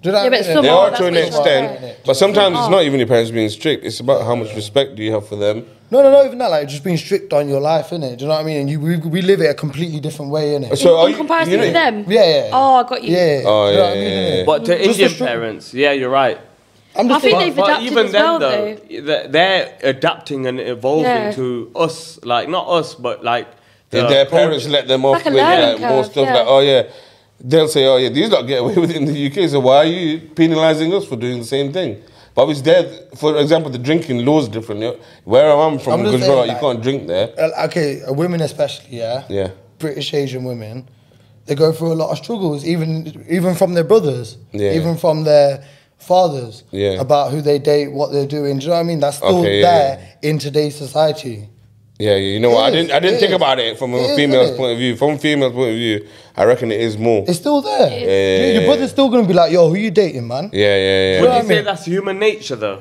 Speaker 2: Do you know
Speaker 4: Yeah,
Speaker 2: what I
Speaker 4: but
Speaker 2: mean?
Speaker 4: some
Speaker 1: They
Speaker 4: Oh,
Speaker 1: are
Speaker 4: that's
Speaker 1: to an
Speaker 4: what you
Speaker 1: extent,
Speaker 4: said.
Speaker 1: but sometimes it's
Speaker 4: Oh.
Speaker 1: not even your parents being strict. It's about how much respect do you have for them.
Speaker 2: No, no, no. Even that, like just being strict on your life, innit? Do you know what I mean? And you, we, we live it a completely different way, innit?
Speaker 1: So
Speaker 4: in,
Speaker 1: are
Speaker 4: in
Speaker 1: you-
Speaker 4: comparison
Speaker 1: you know-
Speaker 4: to them.
Speaker 2: Yeah, yeah.
Speaker 4: Oh, I got you.
Speaker 2: Yeah. yeah.
Speaker 1: Oh,
Speaker 2: Do you know
Speaker 1: yeah,
Speaker 2: what I mean,
Speaker 1: yeah,
Speaker 2: innit?
Speaker 1: yeah.
Speaker 3: But to
Speaker 2: Just the
Speaker 3: Indian
Speaker 2: stru-
Speaker 3: parents, yeah, you're right.
Speaker 2: I'm
Speaker 4: I
Speaker 2: just
Speaker 4: think
Speaker 2: saying,
Speaker 4: they've adapted as well, though.
Speaker 3: th- they're adapting and evolving
Speaker 4: Yeah.
Speaker 3: to us. Like not us, but like
Speaker 1: If
Speaker 3: the
Speaker 1: their
Speaker 3: culture.
Speaker 1: parents let them off
Speaker 4: Like a
Speaker 1: with like,
Speaker 4: learning
Speaker 1: more
Speaker 4: curve,
Speaker 1: stuff,
Speaker 4: yeah.
Speaker 1: like oh yeah, they'll say oh yeah, these lot get away with it in the UK. So why are you penalising us for doing the same thing? But it's there. For example, the drinking laws different. yeah. Where I'm from,
Speaker 2: I'm just
Speaker 1: Gujarat,
Speaker 2: saying,
Speaker 1: you
Speaker 2: like-
Speaker 1: can't drink there.
Speaker 2: uh, okay, uh, women especially, yeah.
Speaker 1: Yeah.
Speaker 2: British Asian women, they go through a lot of struggles, even even from their brothers,
Speaker 1: Yeah.
Speaker 2: even from their fathers,
Speaker 1: Yeah.
Speaker 2: about who they date, what they're doing. Do you know what I mean? That's still
Speaker 1: Okay, yeah,
Speaker 2: there in today's society.
Speaker 1: Yeah, yeah, you know what? I
Speaker 2: It is,
Speaker 1: didn't, I didn't
Speaker 2: it
Speaker 1: think
Speaker 2: is.
Speaker 1: about it from a
Speaker 2: It is,
Speaker 1: female's
Speaker 2: innit?
Speaker 1: point of view. From a female's point of view, I reckon it is more.
Speaker 2: It's still there.
Speaker 1: is.
Speaker 2: Your- Your brother's still gonna be like, "Yo, who you dating, man?"
Speaker 1: yeah, yeah,
Speaker 3: Would
Speaker 1: yeah.
Speaker 2: Well, I
Speaker 3: you say
Speaker 2: mean-
Speaker 3: that's human nature though?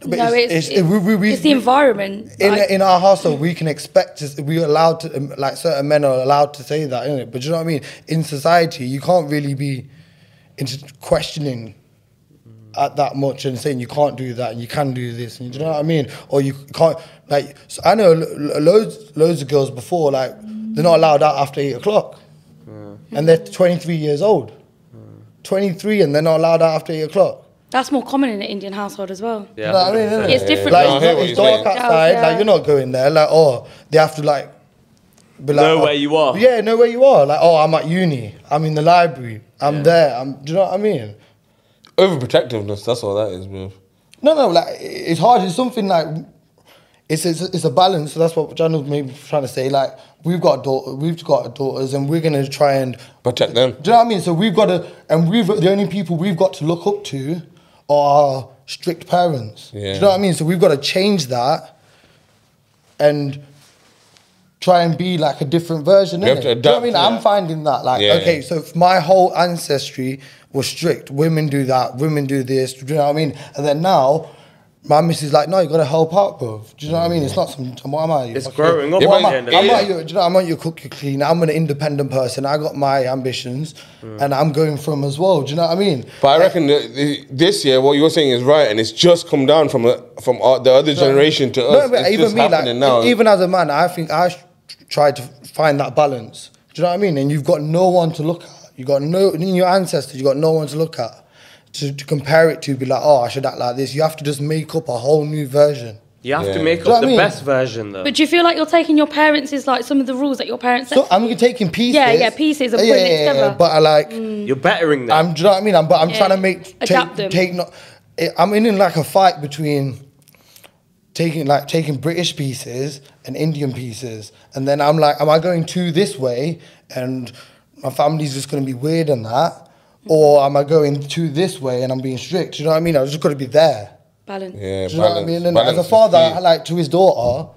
Speaker 2: But
Speaker 4: no, it's, it's,
Speaker 2: we- we- we-
Speaker 4: it's the environment.
Speaker 2: in,
Speaker 4: like-
Speaker 2: in our household, we can expect to, we're allowed to, um, like certain men are allowed to say that, innit? But do you know what I mean? In society, you can't really be into questioning at that much and saying you can't do that and you can do this and do you know what I mean? Or you can't, like, so I know lo- loads, loads of girls before, like, they're not allowed out after eight o'clock and they're 23 years old. 23 and they're not allowed out after eight o'clock.
Speaker 4: that's more common in an Indian household as well.
Speaker 3: Yeah.
Speaker 2: You know what I mean, innit?
Speaker 4: It's different.
Speaker 2: Like
Speaker 1: No, I
Speaker 2: it's,
Speaker 1: hear
Speaker 2: not-
Speaker 1: what
Speaker 2: it's
Speaker 1: you're
Speaker 2: dark
Speaker 1: saying.
Speaker 2: outside.
Speaker 4: Yeah.
Speaker 2: Like you're not going there. Like oh, they have to like be like
Speaker 3: Know
Speaker 2: oh,
Speaker 3: where you are.
Speaker 2: Yeah, know where you are. Like oh, I'm at uni. I'm in the library. I'm there. I'm. Do you know what I mean?
Speaker 1: Overprotectiveness, that's all that is, bro.
Speaker 2: No, no. Like i- it's hard. It's something like it's it's, it's a balance. So that's what John was maybe trying to say. Like we've got daughter, we've got daughters, and we're gonna try and
Speaker 1: Protect them.
Speaker 2: Do you know what I mean? So we've got to, and we've the only people we've got to look up to are our strict parents. Do
Speaker 1: Yeah.
Speaker 2: you know what I mean? So we've got to change that and try and be like a different version.
Speaker 1: You have
Speaker 2: innit?
Speaker 1: to
Speaker 2: Do you know what I
Speaker 1: adapt
Speaker 2: mean?
Speaker 1: to
Speaker 2: I'm
Speaker 1: that.
Speaker 2: finding that like
Speaker 1: Yeah.
Speaker 2: okay, so if my whole ancestry was strict. Women do that. Women do this. Do you know what I mean? And then now. My missus is like, no, you gotta help out, bro. Do you know what I mean? It's not some. What am I?
Speaker 3: It's
Speaker 2: fucking-
Speaker 3: growing up
Speaker 1: Yeah,
Speaker 2: What
Speaker 1: but
Speaker 2: am I?
Speaker 1: at the
Speaker 2: I'm
Speaker 1: end of
Speaker 2: not
Speaker 1: the
Speaker 2: your do you know, I'm not your cook, your clean. I'm an independent person. I got my ambitions,
Speaker 1: Hmm.
Speaker 2: and I'm going from as well. Do you know what I mean?
Speaker 1: But I reckon that the, this year, what you're saying is right, and it's just come down from uh, from uh, the other generation to us.
Speaker 2: No, but
Speaker 1: it's
Speaker 2: even
Speaker 1: just
Speaker 2: me, like e-,
Speaker 1: happening now.
Speaker 2: even as a man, I think I sh- tried to find that balance. Do you know what I mean? And you've got no one to look at. You got no in your ancestors. You got no one to look at to, to compare it to. Be like, oh, I should act like this. You have to just make up a whole new version.
Speaker 3: You have
Speaker 1: Yeah.
Speaker 3: to make
Speaker 2: Do you know
Speaker 3: up
Speaker 2: what I
Speaker 3: the
Speaker 2: mean?
Speaker 3: best version though.
Speaker 4: But do you feel like you're taking your parents' is like some of the rules that your parents set?
Speaker 2: So I'm taking pieces.
Speaker 4: Yeah, yeah, pieces and putting it together. Mm.
Speaker 2: But I like.
Speaker 3: You're bettering them.
Speaker 2: I'm, do you know what I mean? I'm, but I'm
Speaker 4: Yeah.
Speaker 2: trying to make
Speaker 4: Adapt
Speaker 2: take,
Speaker 4: them.
Speaker 2: take not. eh, I'm in, in like a fight between taking like taking British pieces and Indian pieces, and then I'm like, am I going too this way, and my family's just going to be weird and that, or am I going too this way and I'm being strict? Do you know what I mean? I just got to be there.
Speaker 4: Balance.
Speaker 1: yeah,
Speaker 2: Do you know what I
Speaker 1: balance-
Speaker 2: mean? And
Speaker 1: balance
Speaker 2: as a
Speaker 1: is
Speaker 2: father,
Speaker 1: key.
Speaker 2: I like to his daughter,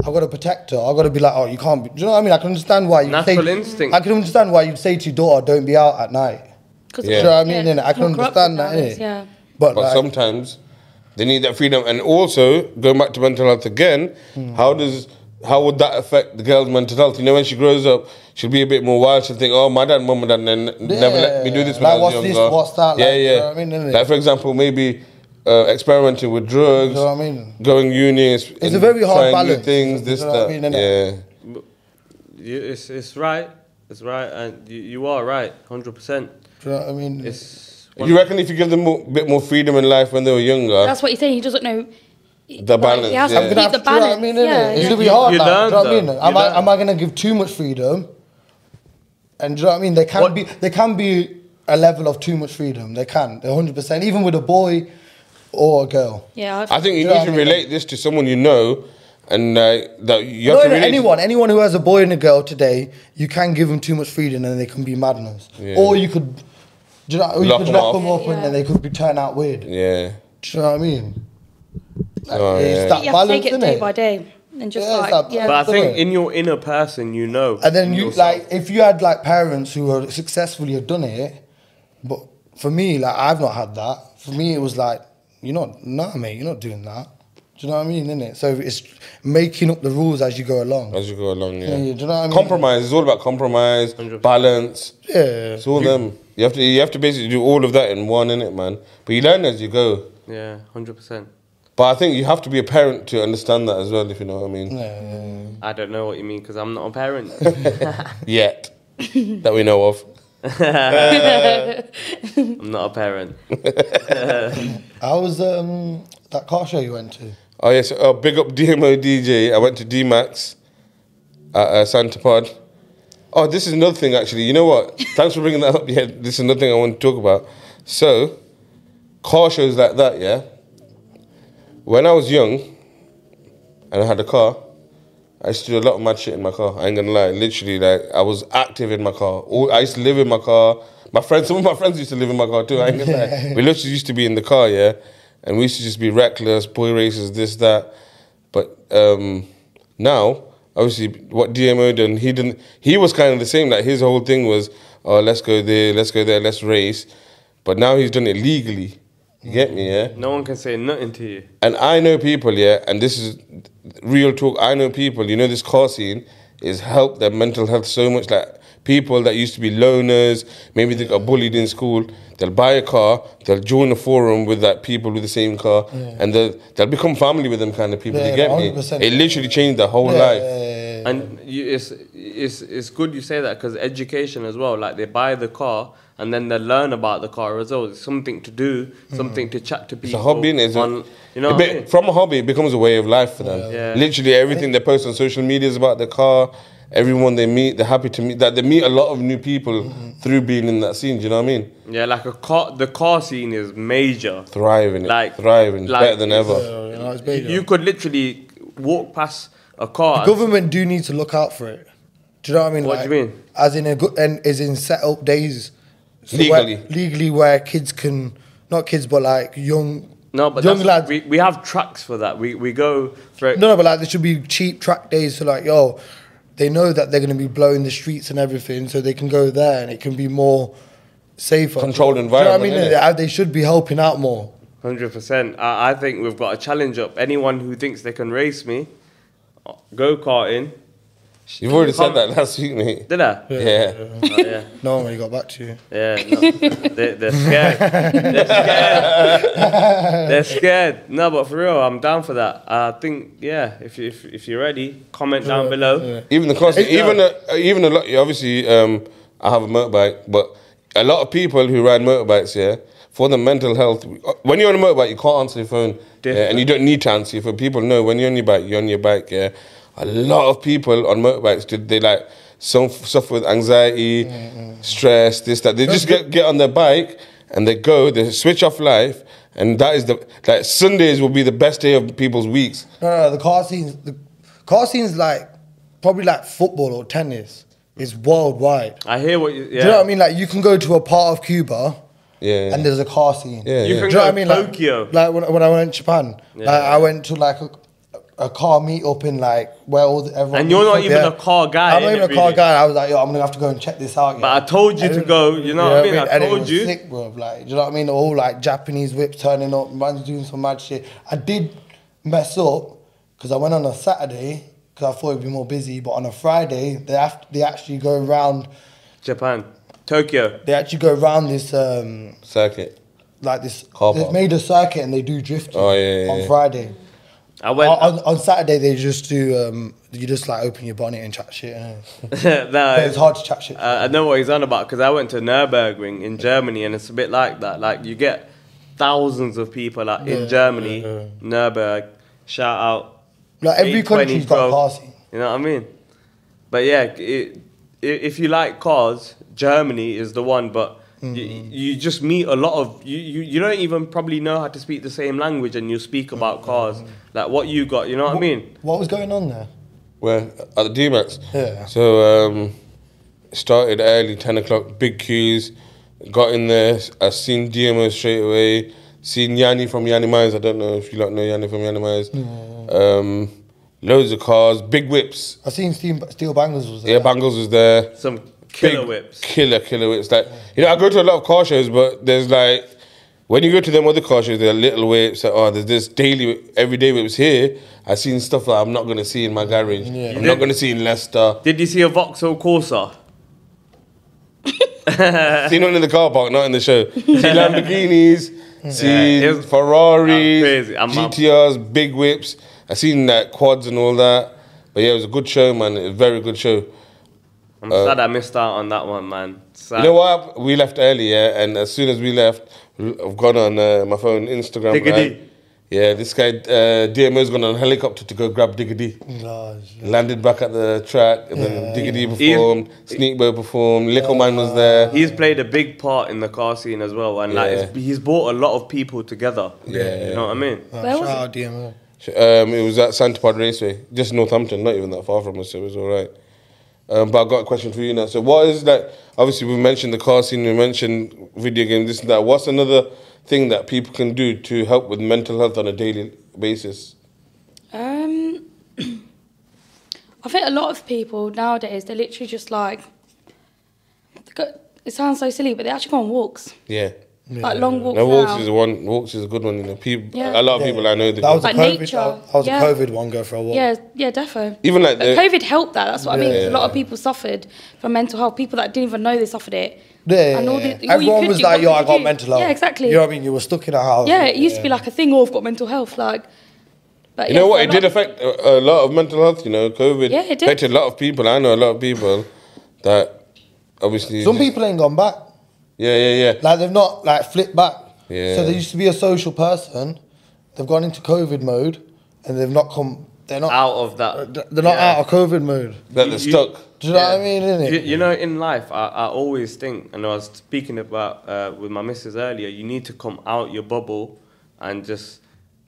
Speaker 2: I've got to protect her. I've got to be like, oh, you can't. Be, do you know what I mean? I can understand why you
Speaker 3: Natural instinct.
Speaker 2: I can understand why you'd say to your daughter, don't be out at night.
Speaker 4: 'Cause-
Speaker 1: Yeah.
Speaker 2: Do you know what I mean?
Speaker 4: Yeah,
Speaker 2: innit? I can
Speaker 4: more corrupt
Speaker 2: understand that,
Speaker 4: nowadays,
Speaker 2: innit?
Speaker 4: Yeah.
Speaker 2: But,
Speaker 1: But
Speaker 2: like,
Speaker 1: sometimes they need that freedom. And also, going back to mental health again,
Speaker 2: Hmm.
Speaker 1: how does how would that affect the girl's mental health? You know, when she grows up, she'll be a bit more wild. She'll think, "Oh, my dad, mum, and dad n- never let me do this when
Speaker 2: Like,
Speaker 1: I was
Speaker 2: what's this,
Speaker 1: younger."
Speaker 2: what's that, like,
Speaker 1: yeah,
Speaker 2: you
Speaker 1: yeah.
Speaker 2: know what I mean, innit?
Speaker 1: like for example, maybe uh, experimenting with drugs.
Speaker 2: You know what I mean?
Speaker 1: Going uni. It's
Speaker 2: a very hard balance,
Speaker 1: Things
Speaker 2: you
Speaker 1: this
Speaker 2: know what I
Speaker 1: that.
Speaker 2: mean, innit?
Speaker 1: yeah.
Speaker 3: You, it's it's right. It's right, and you, you are right, hundred percent.
Speaker 2: do you know what I mean?
Speaker 3: It's
Speaker 1: You reckon if you give them a bit more freedom in life when they were younger,
Speaker 4: That's what he's saying. He doesn't know.
Speaker 1: The balance,
Speaker 4: He has
Speaker 1: yeah.
Speaker 4: to
Speaker 1: I'm
Speaker 2: I'm
Speaker 4: keep
Speaker 2: gonna have
Speaker 4: the
Speaker 2: to, do you know what I
Speaker 4: balance.
Speaker 2: mean,
Speaker 4: yeah,
Speaker 2: innit? It's
Speaker 4: yeah.
Speaker 2: gonna be
Speaker 3: You-
Speaker 2: hard,
Speaker 3: you
Speaker 2: like, do you know what I
Speaker 3: learn,
Speaker 2: mean?
Speaker 3: though.
Speaker 2: Am
Speaker 3: You
Speaker 2: I,
Speaker 3: learn.
Speaker 2: am I gonna give too much freedom? And do you know what I mean? There can
Speaker 3: What-
Speaker 2: be there can be a level of too much freedom. They can, hundred percent, even with a boy or a girl.
Speaker 4: Yeah, I've-
Speaker 1: I think you
Speaker 2: Do you know
Speaker 1: need
Speaker 2: what
Speaker 1: to
Speaker 2: I mean?
Speaker 1: relate this to someone you know, and uh, that you have
Speaker 2: No,
Speaker 1: to
Speaker 2: no,
Speaker 1: relate.
Speaker 2: anyone, anyone who has a boy and a girl today, you can give them too much freedom and they can be madness.
Speaker 1: Yeah.
Speaker 2: Or you could, do you know, or you
Speaker 1: Lock
Speaker 2: could
Speaker 1: them
Speaker 2: lock
Speaker 1: up.
Speaker 2: them up and
Speaker 4: Yeah.
Speaker 2: then they could be turn out weird.
Speaker 1: Yeah.
Speaker 2: Do you know what I mean? Like,
Speaker 1: Oh,
Speaker 2: it's
Speaker 1: yeah.
Speaker 2: that
Speaker 4: you have to
Speaker 2: balance,
Speaker 4: take it
Speaker 2: innit?
Speaker 4: day by day and just
Speaker 2: Yeah, it's
Speaker 4: like
Speaker 2: that
Speaker 4: yeah.
Speaker 3: but I think
Speaker 2: Absolutely.
Speaker 3: in your inner person, you know.
Speaker 2: And then you
Speaker 3: yourself.
Speaker 2: like if you had like parents who were successfully have done it, but for me, like I've not had that. For me, it was like you're not, nah, mate, you're not doing that. Do you know what I mean? Innit? So it's making up the rules as you go along.
Speaker 1: As you go along, yeah.
Speaker 2: Yeah, yeah, do you know what I mean?
Speaker 1: Compromise. It's all about compromise,
Speaker 3: 100%.
Speaker 1: balance.
Speaker 2: Yeah.
Speaker 1: It's all them. You have to. You have to basically do all of that in one, innit, man. But you learn as you go.
Speaker 3: yeah, hundred percent.
Speaker 1: But I think you have to be a parent to understand that as well, if you know what I mean.
Speaker 2: Yeah, yeah,
Speaker 3: I don't know what you mean because I'm not a parent.
Speaker 1: Yet, that we know of.
Speaker 3: I'm not a parent.
Speaker 2: yeah. How was um, that car show you went to?
Speaker 1: Oh yes. Oh, big up DMO DJ. I went to D Max at uh, Santa Pod. Oh, this is another thing actually. You know what? Thanks for bringing that up. Yeah, this is another thing I want to talk about. So, car shows like that. Yeah. When I was young, and I had a car, I used to do a lot of mad shit in my car. I ain't gonna lie. Literally, like I was active in my car. All, I used to live in my car. My friends, some of my friends used to live in my car too. I ain't gonna lie. We literally used to be in the car, yeah, and we used to just be reckless, boy races, this that. But um, now, obviously, what DMO done, he didn't. He was kind of the same. Like his whole thing was, oh, let's go there, let's go there, let's race. But now he's done it legally. You get me, yeah?
Speaker 3: No one can say nothing to you.
Speaker 1: And I know people, yeah, and this is real talk. I know people, you know, this car scene has helped their mental health so much. Like people that used to be loners, maybe they got bullied in school, they'll buy a car, they'll join a forum with that people with the same car, and they'll, they'll become family with them kind of people.
Speaker 2: Yeah,
Speaker 1: you get me?
Speaker 2: 100%.
Speaker 1: It literally changed their whole
Speaker 2: Yeah,
Speaker 1: life.
Speaker 2: yeah, yeah, yeah.
Speaker 3: And you, it's it's it's good you say that because education as well. Like they buy the car and then they learn about the car as well. It's something to do,
Speaker 2: Hmm.
Speaker 3: something to chat to people.
Speaker 1: It's a hobby, and it's a-
Speaker 3: on- you know,
Speaker 1: a
Speaker 3: what I
Speaker 1: bit-
Speaker 3: mean?
Speaker 1: from a hobby, it becomes a way of life for them.
Speaker 3: Yeah.
Speaker 1: Literally everything they post on social media is about the car. Everyone they meet, they're happy to meet. That they meet a lot of new people through being in that scene. Do you know what I mean?
Speaker 3: yeah, like a car. The car scene is major.
Speaker 1: Thriving,
Speaker 3: Like-
Speaker 1: thriving,
Speaker 3: like-
Speaker 1: better than ever.
Speaker 2: Yeah, you know, it's
Speaker 3: You,
Speaker 2: big,
Speaker 3: you could literally walk past a car.
Speaker 2: The
Speaker 3: and-
Speaker 2: government do need to look out for it. Do you know what I mean?
Speaker 3: What do you mean?
Speaker 2: As in a good and as in set up days So
Speaker 1: Legally.
Speaker 2: where, legally where kids can not kids but like young
Speaker 3: no, but
Speaker 2: young lads.
Speaker 3: that's- We, we have tracks for that. We we go for
Speaker 2: no, no, but like there should be cheap track days. So like yo, they know that they're gonna be blowing the streets and everything, so they can go there and it can be more safer.
Speaker 1: Controlled
Speaker 2: Do you know what
Speaker 1: environment,
Speaker 2: I
Speaker 1: innit?
Speaker 2: mean, they, they should be helping out more.
Speaker 3: Hundred percent. I, I think we've got a challenge up. Anyone who thinks they can race me, go karting.
Speaker 1: You've already said
Speaker 3: Come-
Speaker 1: that last week, mate.
Speaker 3: Did I? Yeah.
Speaker 1: Yeah.
Speaker 3: yeah.
Speaker 2: No one really got back to you.
Speaker 3: Yeah, no. they, they're scared. They're scared. they're scared. No, but for real, I'm down for that. I think, yeah, if, you- if, if you're ready, comment down below.
Speaker 2: Yeah.
Speaker 1: Even the cost,
Speaker 2: It's-
Speaker 1: even a, even a lot. Obviously, um, I have a motorbike, but a lot of people who ride motorbikes, yeah, for the mental health. uh, When you're on a motorbike, you can't answer your phone, yeah, and you don't need to answer your phone. People know when you're on your bike, you're on your bike. Yeah, a lot of people on motorbikes, did they like some suffer with anxiety, stress, this that. They just get get on their bike and they go. They switch off life, and that is the like Sundays will be the best day of people's weeks.
Speaker 2: No, no, the car scenes. The car scenes like probably like football or tennis is worldwide.
Speaker 3: I hear what you, yeah.
Speaker 2: Do you know what I mean? Like you can go to a part of Cuba,
Speaker 1: Yeah.
Speaker 2: and there's a car scene.
Speaker 1: Yeah, You yeah.
Speaker 3: can
Speaker 2: Do you know
Speaker 3: go
Speaker 2: what I mean? Like-
Speaker 3: Tokyo.
Speaker 2: Like, when, when I went to Japan, like, I went to like a, a car meetup in like where all the, everyone.
Speaker 3: And you're
Speaker 2: meets
Speaker 3: not
Speaker 2: up,
Speaker 3: even a car guy,
Speaker 2: I'm not
Speaker 3: innit,
Speaker 2: even a car
Speaker 3: really?
Speaker 2: guy. I was like, yo, I'm gonna have to go and check this out.
Speaker 3: But I told you to go, you know what I mean? I
Speaker 2: And it
Speaker 3: told
Speaker 2: was
Speaker 3: you.
Speaker 2: Sick, bro. Like, do you know what I mean? All like Japanese whips turning up, man's doing some mad shit. I did mess up because I went on a Saturday because I thought it'd be more busy, but on a Friday they have they actually go round.
Speaker 3: Japan, Tokyo.
Speaker 2: They actually go round this. um
Speaker 1: Circuit.
Speaker 2: like this.
Speaker 1: Car
Speaker 2: they've
Speaker 1: park.
Speaker 2: made a circuit and they do drifting
Speaker 1: Oh, yeah, yeah,
Speaker 2: on
Speaker 1: yeah.
Speaker 2: Friday.
Speaker 3: I went.
Speaker 2: on, on- on Saturday they just do um, you just like open your bonnet and chat shit. innit?
Speaker 3: no,
Speaker 2: But oh. it's hard to chat shit.
Speaker 3: Oh, Uh, I know what he's on about because I went to Nurburgring in Germany, and it's a bit like that. Like you get thousands of people like, in Germany, Nurburg. Shout out.
Speaker 2: like every
Speaker 3: 820,
Speaker 2: country's got
Speaker 3: bro.
Speaker 2: passing.
Speaker 3: You know what I mean? But yeah, it, i if you like cars, Germany is the one. But you,
Speaker 2: Mm-hmm.
Speaker 3: you just meet a lot of you, you. You don't even probably know how to speak the same language, and you speak about cars, like what you got. You know what I mean?
Speaker 2: Mm-hmm. What was going on there?
Speaker 1: Where at the D-Max.
Speaker 2: Yeah.
Speaker 1: So um, started early, ten o'clock. Big queues. Got in there. I seen DMO straight away. Seen Yanni from Yanni Mines. I don't know if you lot know Yanni from Yanni Mines. Um, loads of cars. Big whips.
Speaker 2: I seen Steel, Steel Bangles was there.
Speaker 1: Yeah, Bangles was there.
Speaker 3: Some killer
Speaker 1: Big
Speaker 3: whips.
Speaker 1: Killer, killer whips. Like you know, I go to a lot of car shows, but there's like when you go to them other car shows, there are little whips. Like, oh, there's this daily, everyday whips here. I seen stuff that I'm not gonna see in my garage. I'm not gonna see in Leicester.
Speaker 3: Did you see a Vauxhall Corsa?
Speaker 1: seen one in the car park, not in the show. See Lamborghinis, seen
Speaker 3: it was-
Speaker 1: Ferraris,
Speaker 3: I'm crazy. I'm- I'm-
Speaker 1: GTRs, big whips. I seen that quads and all that. But yeah, it was a good show, man. It was a very good show.
Speaker 3: I'm sad I missed out on that one, man. Sad.
Speaker 1: Uh, You know what? We left early, yeah, and as soon as we left, I've gone on uh, my phone, Instagram.
Speaker 3: Diggity.
Speaker 1: right? Yeah, this guy, uh, DMO's gone on a helicopter to go grab Diggity.
Speaker 2: Large.
Speaker 1: Landed back at the track, and then Diggity performed, Sneakbo performed, Little Man was there.
Speaker 3: He's played a big part in the car scene as well, and like it's, he's brought a lot of people together.
Speaker 1: Yeah.
Speaker 3: you know what I mean.
Speaker 2: Uh,
Speaker 4: Where
Speaker 2: shout
Speaker 4: was it?
Speaker 2: out DMO.
Speaker 1: Um, it was at Santapod Raceway, just Northampton, not even that far from us. so It was all right. Um, but I've got a question for you now. So, what is like? Obviously, we mentioned the car scene, we mentioned video games, this and that. What's another thing that people can do to help with mental health on a daily basis?
Speaker 4: Um, I think a lot of people nowadays they literally just like. they Go, it sounds so silly, but they actually go on walks,
Speaker 1: Yeah,
Speaker 4: like long walks.
Speaker 1: no walks
Speaker 4: now.
Speaker 1: is one. Walks is a good one. You know, people.
Speaker 4: Yeah.
Speaker 1: A lot of people I know. They
Speaker 2: That was
Speaker 4: Like
Speaker 2: a COVID.
Speaker 4: nature,
Speaker 2: That was
Speaker 4: yeah.
Speaker 2: a COVID one. Go for a walk.
Speaker 4: Yeah, yeah, defo.
Speaker 1: Even like
Speaker 4: But
Speaker 1: the-
Speaker 4: COVID helped that. That's what I mean. 'cause A lot of
Speaker 1: Yeah.
Speaker 4: people suffered from mental health. People that didn't even know they suffered it.
Speaker 2: Yeah,
Speaker 4: And all
Speaker 2: yeah,
Speaker 4: the-
Speaker 2: yeah.
Speaker 4: all you
Speaker 2: Everyone
Speaker 4: could
Speaker 2: was
Speaker 4: do-
Speaker 2: like,
Speaker 4: what
Speaker 2: "Yo,
Speaker 4: could
Speaker 2: I
Speaker 4: you
Speaker 2: got
Speaker 4: do?
Speaker 2: mental health."
Speaker 4: Yeah, exactly.
Speaker 2: You know what I mean? You were stuck in a house.
Speaker 4: Yeah, it used to be like a thing. Oh, I've got mental health. Like, but
Speaker 1: You
Speaker 4: yeah,
Speaker 1: know
Speaker 4: so
Speaker 1: what?
Speaker 4: a
Speaker 1: It
Speaker 4: lot
Speaker 1: did
Speaker 4: of-
Speaker 1: affect a, a lot of mental health. You know, COVID
Speaker 4: Yeah, it did.
Speaker 1: affected a lot of people. I know a lot of people that obviously.
Speaker 2: Some
Speaker 1: just-
Speaker 2: people ain't gone back.
Speaker 1: Yeah, yeah, yeah.
Speaker 2: Like they've not like flipped back.
Speaker 1: Yeah.
Speaker 2: So they used to be a social person. They've gone into COVID mode, and they've not come. They're not uh,
Speaker 3: Out of that,
Speaker 2: They're not
Speaker 3: Yeah.
Speaker 2: out of COVID mode.
Speaker 1: That
Speaker 3: You-
Speaker 1: they're
Speaker 3: you-
Speaker 1: stuck.
Speaker 2: Do you know what I mean? Innit?
Speaker 3: You, you know, in life, I, I always think, and I was speaking about uh, with my missus earlier. You need to come out your bubble and just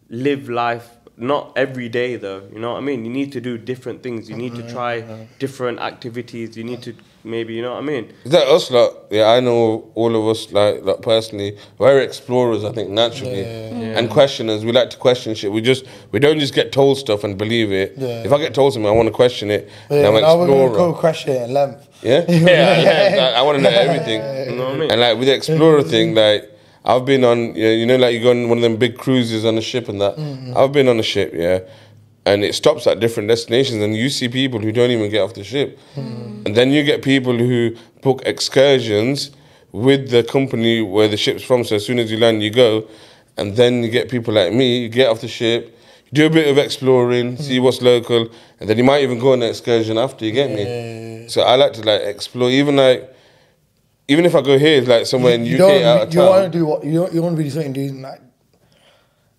Speaker 3: live life not every day though. You know what I mean? You need to do different things. You need to
Speaker 2: Mm-hmm,
Speaker 3: try different activities. You need to maybe you know what I mean.
Speaker 1: Is that us lot? Yeah, I know all of us like, like personally, we're explorers, I think, naturally. And questioners. We like to question shit. We just we don't just get told stuff and believe it.
Speaker 2: Yeah.
Speaker 1: If I get told something, I want to question it.
Speaker 2: Yeah,
Speaker 1: and I'm an
Speaker 2: now we're
Speaker 1: explorer.
Speaker 2: gonna go crash it at length.
Speaker 1: Yeah, yeah, yeah. I, want to know everything.
Speaker 3: You know what I mean?
Speaker 1: And like with the explorer thing, like I've been on, you know, you know, like you go on one of them big cruises on a ship and that. I've been on a ship, yeah, and it stops at different destinations, and you see people who don't even get off the ship, and then you get people who book excursions with the company where the ship's from. So as soon as you land, you go, and then you get people like me. You get off the ship. Do a bit of exploring, see what's local, and then you might even go on an excursion after. You get me? So I like to like explore, even like, even if I go here, like somewhere in UK
Speaker 2: don't-
Speaker 1: out of
Speaker 2: you
Speaker 1: town.
Speaker 2: want to do what you don't, you want to be doing doing like,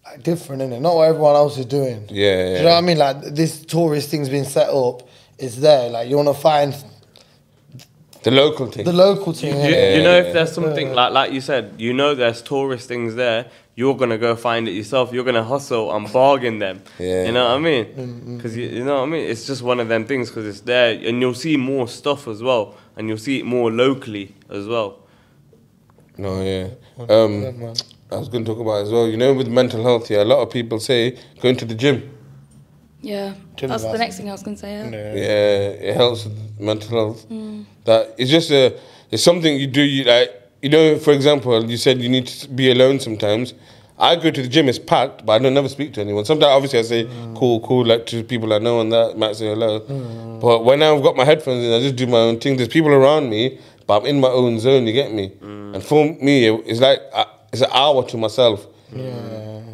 Speaker 2: like different in it, not what everyone else is doing.
Speaker 1: Yeah,
Speaker 2: Do
Speaker 1: yeah.
Speaker 2: you know what I mean? Like this tourist thing's been set up, it's there. Like you want to find
Speaker 1: The local thing.
Speaker 2: the local thing.
Speaker 3: You,
Speaker 2: innit?
Speaker 3: you know, if there's something like like you said, you know, there's tourist things there. You're gonna go find it yourself. You're gonna hustle and bargain them.
Speaker 1: Yeah.
Speaker 3: You know what I mean? Because you, you know what I mean. It's just one of them things because it's there, and you'll see more stuff as well, and you'll see it more locally as well.
Speaker 1: no, yeah.
Speaker 2: Oh,
Speaker 1: Um, I was going to talk about it as well. You know, with mental health, yeah, a lot of people say going to the gym.
Speaker 4: Yeah,
Speaker 2: Tim
Speaker 4: that's the
Speaker 2: Larson.
Speaker 4: next thing I was gonna say. Yeah.
Speaker 1: Yeah, it helps with mental health. That it's just a, it's something you do. You like, you know, for example, you said you need to be alone sometimes. I go to the gym; it's packed, but I don't never speak to anyone. Sometimes, obviously, I say cool, cool, like to people I know, and that might say hello. But when I've got my headphones in, I just do my own thing. There's people around me, but I'm in my own zone. You get me? And for me, it's like uh, it's an hour to myself.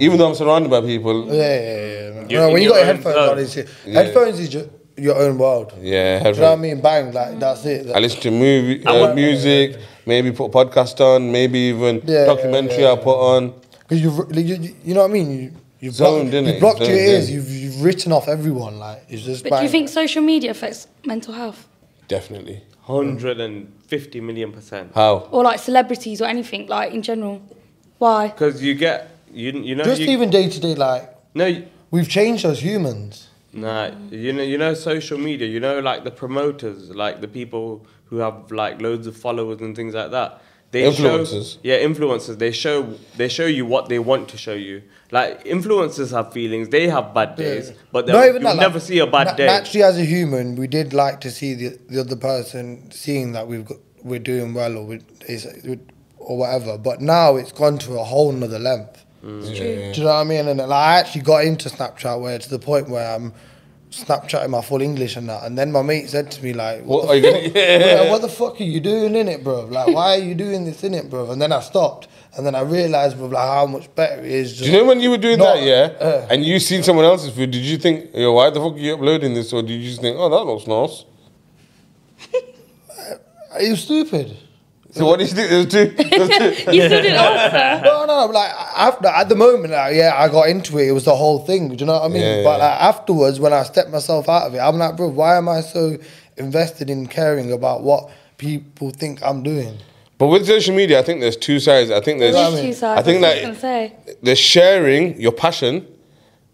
Speaker 1: Even though I'm surrounded by people,
Speaker 2: Yeah, yeah, yeah.
Speaker 3: You're
Speaker 2: No,
Speaker 3: in
Speaker 2: when you
Speaker 3: your
Speaker 2: got your
Speaker 3: own
Speaker 2: headphones
Speaker 3: zone.
Speaker 2: on, it's headphones is just your own world.
Speaker 1: yeah,
Speaker 2: Do you know what I
Speaker 1: headphones.
Speaker 2: mean? Bang, like that's it.
Speaker 1: I listen to movie, uh, music, maybe put a podcast on, maybe even
Speaker 2: Yeah,
Speaker 1: documentary
Speaker 2: yeah,
Speaker 1: I put on.
Speaker 2: Because you've, like, you, you, you know what I mean? You, you've
Speaker 1: Zoned,
Speaker 2: blocked,
Speaker 1: innit?
Speaker 2: you've blocked your
Speaker 1: Zoned in.
Speaker 2: ears. You've, you've written off everyone. Like it's just.
Speaker 4: But do
Speaker 2: bang.
Speaker 4: you think social media affects mental health,
Speaker 1: Definitely.
Speaker 3: Hundred and fifty million percent.
Speaker 1: How?
Speaker 4: or like celebrities or anything like in general? Why?
Speaker 3: Because you get you you know
Speaker 2: Just
Speaker 3: you,
Speaker 2: even day to day, like
Speaker 3: no. you-
Speaker 2: we've changed as humans.
Speaker 3: Nah, you know, you know, social media. You know, like the promoters, like the people who have like loads of followers and things like that. They
Speaker 1: Influencers.
Speaker 3: Show, yeah, influencers. They show they show you what they want to show you. Like influencers have feelings. They have bad days, but
Speaker 2: Not
Speaker 3: they'll
Speaker 2: even
Speaker 3: you
Speaker 2: that, like,
Speaker 3: never see a bad
Speaker 2: na-
Speaker 3: day.
Speaker 2: Naturally, as a human, we did like to see the, the other person seeing that we've got we're doing well or we is or whatever. But now it's gone to a whole nother length.
Speaker 3: Mm.
Speaker 1: Yeah.
Speaker 2: Do you know what I mean? And like, I actually got into Snapchat where to the point where I'm Snapchatting my full English and that. And then my mate said to me like,
Speaker 1: What
Speaker 2: the
Speaker 1: are you gonna-
Speaker 2: fuck- Yeah, what the fuck are you doing in it, bro? Like, why are you doing this in it, bro? And then I stopped. And then I realised, bro, like how much better it is. Just,
Speaker 1: Do you know when you were doing
Speaker 2: Not-
Speaker 1: that, yeah,
Speaker 2: uh.
Speaker 1: and you seen someone else's food? Did you think, yo, why the fuck are you uploading this, or did you just think, oh, that looks nice?
Speaker 2: Are you stupid?
Speaker 1: So what did you think? There's two. There's two.
Speaker 4: You still didn't answer.
Speaker 2: No, no, like after at the moment, like, yeah, I got into it. It was the whole thing. Do you know what I mean?
Speaker 1: Yeah,
Speaker 2: but
Speaker 1: yeah.
Speaker 2: Like, afterwards, when I stepped myself out of it, I'm like, bro, why am I so invested in caring about what people think I'm doing?
Speaker 1: But with social media, I think there's two sides. I think there's,
Speaker 2: Well, I
Speaker 4: There's
Speaker 2: mean,
Speaker 4: two sides.
Speaker 1: I think
Speaker 4: that's what I was
Speaker 1: that
Speaker 4: gonna say.
Speaker 1: they're sharing your passion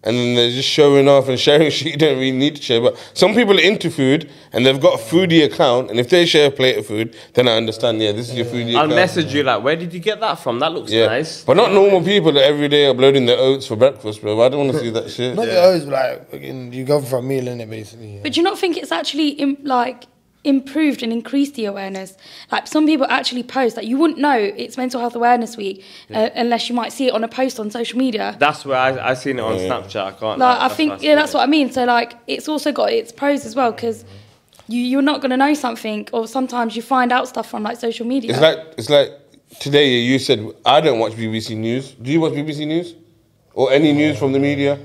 Speaker 1: and then they're just showing off and sharing shit you don't really need to share. But some people are into food and they've got a foodie account, and if they share a plate of food, then I understand, yeah, this is your foodie
Speaker 3: I'll
Speaker 1: account.
Speaker 3: message you like, where did you get that from? That looks
Speaker 1: yeah.
Speaker 3: nice.
Speaker 1: But not normal people that every day uploading their oats for breakfast, bro. I don't want to see that shit.
Speaker 2: Not always like fucking, you go for a meal in it basically.
Speaker 4: But do you not think it's actually Im- like improved and increased the awareness? Like some people actually post like you wouldn't know it's Mental Health Awareness Week uh, unless you might see it on a post on social media.
Speaker 3: That's where I I seen it on Snapchat. I can't.
Speaker 4: like I
Speaker 3: that's where
Speaker 4: think yeah,
Speaker 3: seen
Speaker 4: that's
Speaker 3: it.
Speaker 4: what I mean. So like it's also got its pros as well because you you're not gonna know something or sometimes you find out stuff from like social media.
Speaker 1: It's like it's like today you said I don't watch BBC News. Do you watch BBC News? Or any news from the media?